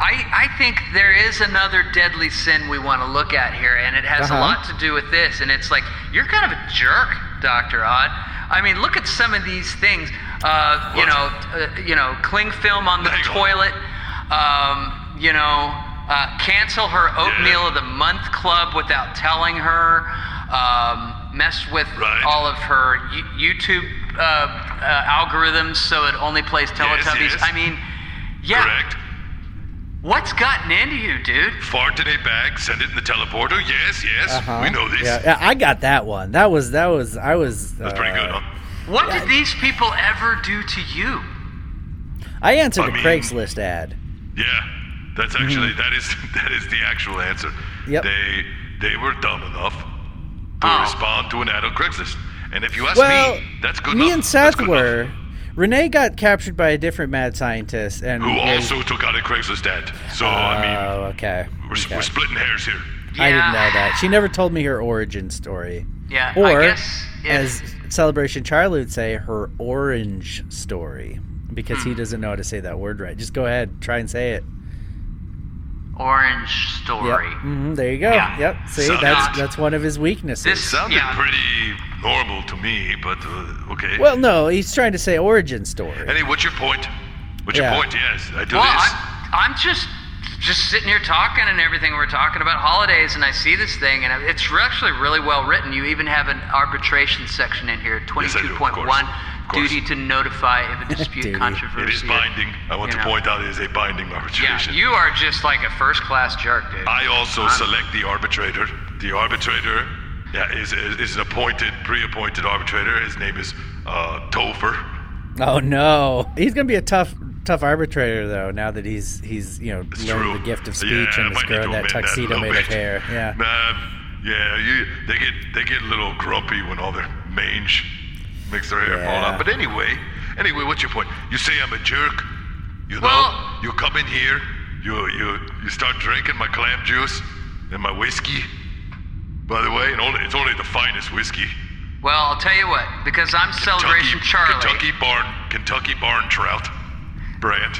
E: I, I think there is another deadly sin we want to look at here, and it has
D: Uh-huh.
E: a lot to do with this. And it's like you're kind of a jerk, Doctor Odd. I mean, look at some of these things. Uh, you
C: What?
E: know, uh, you know, cling film on the
C: Hang on.
E: toilet. Um, you know, uh, cancel her oatmeal
C: Yeah.
E: of the month club without telling her. Um, mess with
C: Right.
E: all of her Yo- YouTube uh, uh, algorithms so it only plays Teletubbies.
C: yes.
E: I mean, yeah.
C: Correct.
E: What's gotten into you, dude?
C: Fart in a bag, send it in the teleporter. Yes, yes.
D: Uh-huh.
C: We know this.
D: Yeah, yeah, I got that one. That was that was I was.
C: That's pretty good,
D: uh,
C: huh?
E: What did these people ever do to you?
D: I answered
C: I
D: a
C: mean-
D: Craigslist ad.
C: Yeah. That's actually that is that is the actual answer.
D: Mm-hmm. Yep.
C: They they were dumb enough to
E: Oh.
C: respond to an ad on Craigslist. And if you ask
D: Well,
C: me, that's good
D: me
C: enough.
D: and
C: That's
D: Seth
C: good
D: were.
C: enough.
D: Renee got captured by a different mad scientist, and
C: Who
D: and-
C: also took out a Craigslist ad. So
D: Oh,
C: I mean,
D: okay.
C: we're,
D: okay.
C: we're splitting hairs here.
D: I didn't
E: Yeah.
D: know that. She never told me her origin story.
E: Yeah, I
D: Or,
E: guess if-
D: as Celebration Charlie would say her orange story because
C: Hmm.
D: he doesn't know how to say that word right. Just go ahead, try and say it.
E: Orange
D: Yep.
E: story.
D: hmm there you go.
E: Yeah.
D: Yep. See,
C: So-
D: that's that's one of his weaknesses.
E: This
C: Sounded
E: yeah.
C: pretty normal to me, but uh, okay.
D: well, no, he's trying to say origin story.
C: Annie, what's your point? What's
D: Yeah.
C: your point? Yes, I do
E: Well,
C: this.
E: I'm, I'm just just sitting here talking and everything. We're talking about holidays, and I see this thing, and it's actually really well written. You even have an arbitration section in here,
C: Yes, I do, of
E: 22.1,
C: course. Of course.
E: duty to notify if a dispute
D: Duty.
E: controversy.
C: it is
E: or-
C: binding. I want
E: you
C: to
E: know.
C: point out it is a binding
E: Yeah,
C: arbitration.
E: you are just like a first-class jerk, dude.
C: I also select the arbitrator. The arbitrator yeah, is, is, is an appointed, pre-appointed arbitrator. His name is uh, Topher.
D: Oh no, he's gonna be a tough tough arbitrator though. Now that he's he's you know
C: It's
D: learned
C: true.
D: the gift of
C: yeah,
D: speech
C: I
D: and has
C: might need to
D: grown that
C: amend a
D: tuxedo
C: little
D: made of
C: bit.
D: hair. Yeah.
C: Um, yeah, you, they get they get a little grumpy when all their mange makes their hair fall
D: Yeah.
C: out. But anyway, anyway, what's your point? You say I'm a jerk. You know,
E: Well-
C: you come in here, you you you start drinking my clam juice and my whiskey. By the way, and only, it's only the finest whiskey.
E: Well, I'll tell you what, because I'm Celebration Charlie,
C: Kentucky barn, Kentucky barn trout brand.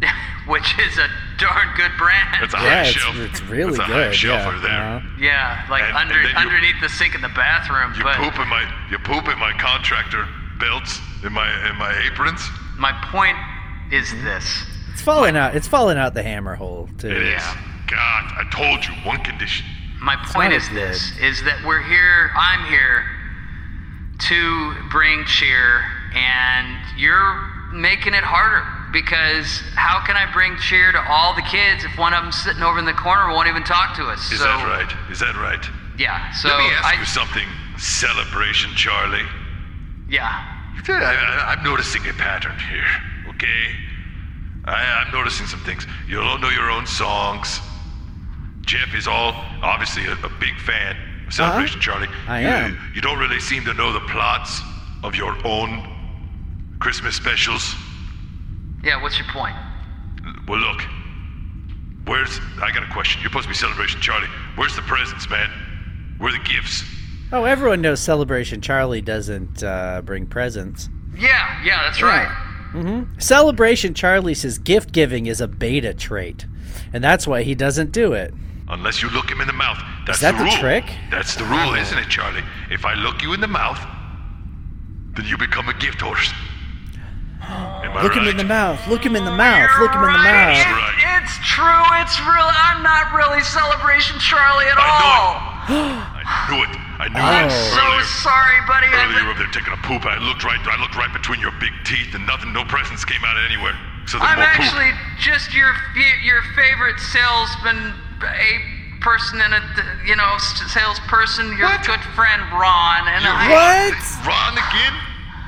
E: which is a darn good brand.
C: That's a
D: Yeah,
C: high
D: it's-
C: shelf.
D: it's really
C: That's a high
D: good,
C: shelf
D: yeah,
C: over there.
D: uh-huh.
E: yeah, like
C: And- and
E: under
C: then you-
E: underneath the sink in the bathroom.
C: You
E: but
C: poop in my you poop in my contractor belts in my in my aprons.
E: my point is this.
D: uh, It's falling out. It's falling out the hammer hole too.
C: It is. God, I told you one condition.
E: My point
D: not
E: is
D: good.
E: this: is that we're here. I'm here to bring cheer, and you're making it harder because how can I bring cheer to all the kids if one of them sitting over in the corner won't even talk to us?
C: Is
E: so,
C: that right? Is that right?
E: Yeah. So
C: Let me ask
E: I,
C: you something. Celebration, Charlie.
E: yeah.
C: I, I, I'm noticing a pattern here. Okay. I, I'm noticing some things. You don't know your own songs. Jeff is all obviously a, a big fan of Celebration, Charlie.
D: Uh-huh. I
C: you,
D: am.
C: You don't really seem to know the plots of your own Christmas specials.
E: Yeah. What's your point?
C: Well, look. Where's. I got a question. You're supposed to be Celebration Charlie. Where's the presents, man? Where are the gifts?
D: Oh, everyone knows Celebration Charlie doesn't uh, bring presents.
E: Yeah. Yeah. That's right.
D: Celebration Charlie says gift giving is a beta trait, and that's why he doesn't do it.
C: Unless you look him in the mouth. That's
D: that the
C: rule.
D: trick?
C: That's the rule, isn't it, Charlie? If I look you in the mouth, then you become a gift horse. Am I
D: Look him
C: right?
D: in the mouth. Look him in the mouth. Look him in the
E: Right,
D: mouth.
C: mouth.
E: it- It's true. It's real. I'm not really Celebration Charlie
C: I
E: at
C: know
E: all.
C: I knew it. I knew
D: Oh.
E: I'm
C: it
E: so
C: earlier.
E: sorry, buddy. I've
C: earlier
E: been-
C: over there taking a poop. I looked right. I looked right between your big teeth, and nothing. No presents came out of anywhere. So there's
E: I'm
C: more poop.
E: actually just your f- your favorite salesman, a person and a you know s- salesperson. Your
C: What?
E: good friend Ron and
C: You're
E: I.
C: Ron-
D: What?
C: Ron again?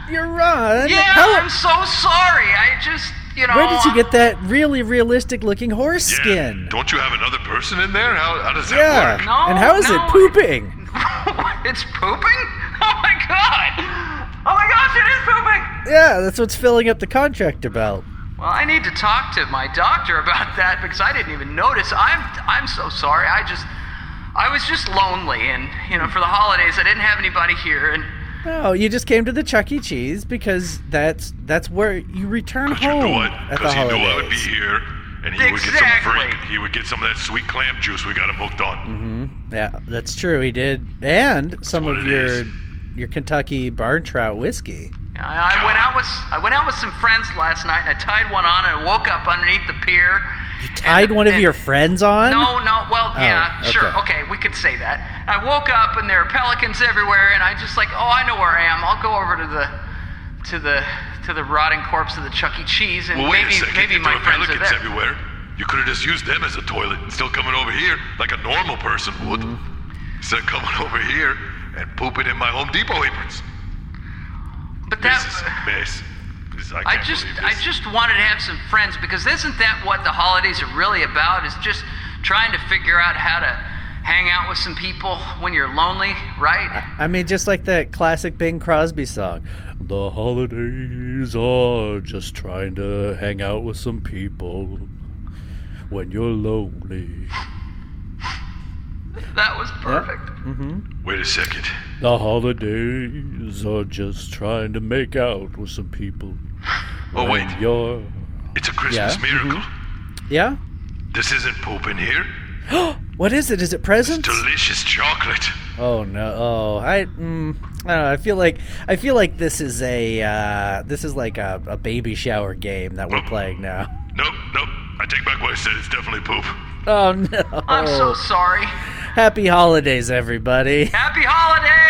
D: You're wrong.
E: Yeah,
D: How-
E: I'm so sorry. I just you know.
D: where did you get that really realistic looking horse
C: Yeah.
D: skin?
C: Don't you have another person in there? How, how does that
D: Yeah.
C: work?
E: No,
D: and how is
E: no.
D: it pooping?
E: it's pooping. Oh my god. Oh my gosh, it is pooping.
D: Yeah, that's what's filling up the contractor belt.
E: Well, I need to talk to my doctor about that because I didn't even notice. I'm I'm so sorry. I just I was just lonely and you know for the holidays I didn't have anybody here and.
D: No, Oh, you just came to the Chuck E. Cheese because that's that's where you return
C: You
D: home
C: know what?
D: at the
C: Because he
D: holidays.
C: knew I would be here, and he would get some
E: Exactly. Mm-hmm.
C: freak. He would get some of that sweet clam juice we got him hooked on.
D: Yeah, that's true. He did, and some
C: what
D: of
C: it
D: your
C: is.
D: your Kentucky barn trout whiskey.
E: I, I went out with I went out with some friends last night, and I tied one on, and I woke up underneath the pier. You
D: Tied one of your friends on.
E: No, no. Well, yeah,
D: okay.
E: sure, okay, we could say that. I woke up, and there are pelicans everywhere, and I just like, oh, I know where I am. I'll go over to the to the to the rotting corpse of the Chuck E. Cheese, and
C: Well, wait
E: maybe
C: a second.
E: maybe
C: if
E: my
C: there were
E: friends are
C: pelicans
E: there.
C: everywhere. You could have just used them as a toilet and still coming over here like a normal person would.
E: Mm-hmm.
C: Instead of coming over here and pooping in my Home Depot aprons.
E: But
C: This is
E: that.
C: a mess. This- I,
E: I
C: can't
E: just
C: believe
E: I
C: this.
E: just wanted to have some friends because isn't that what the holidays are really about? Is just trying to figure out how to hang out with some people when you're lonely, right?
D: I mean, just like that classic Bing Crosby song. The holidays are just trying to hang out with some people when you're lonely.
E: That was perfect.
C: Mm-hmm. Wait a second.
D: The holidays are just trying to make out with some people.
C: Oh wait,
E: Mm-hmm.
D: You're.
C: it's a Christmas
D: Yeah.
C: miracle.
D: Yeah?
C: This isn't poop in here.
D: What is it? Is it presents?
C: Delicious chocolate.
D: Oh no! Oh, I, mm, I don't know. I feel like I feel like this is a uh, this is like a, a baby shower game that we're playing now.
C: Nope, nope. I take back what I said. It's definitely poop.
D: Oh no!
E: I'm so sorry.
C: Oh.
D: Happy holidays, everybody.
E: Happy holidays!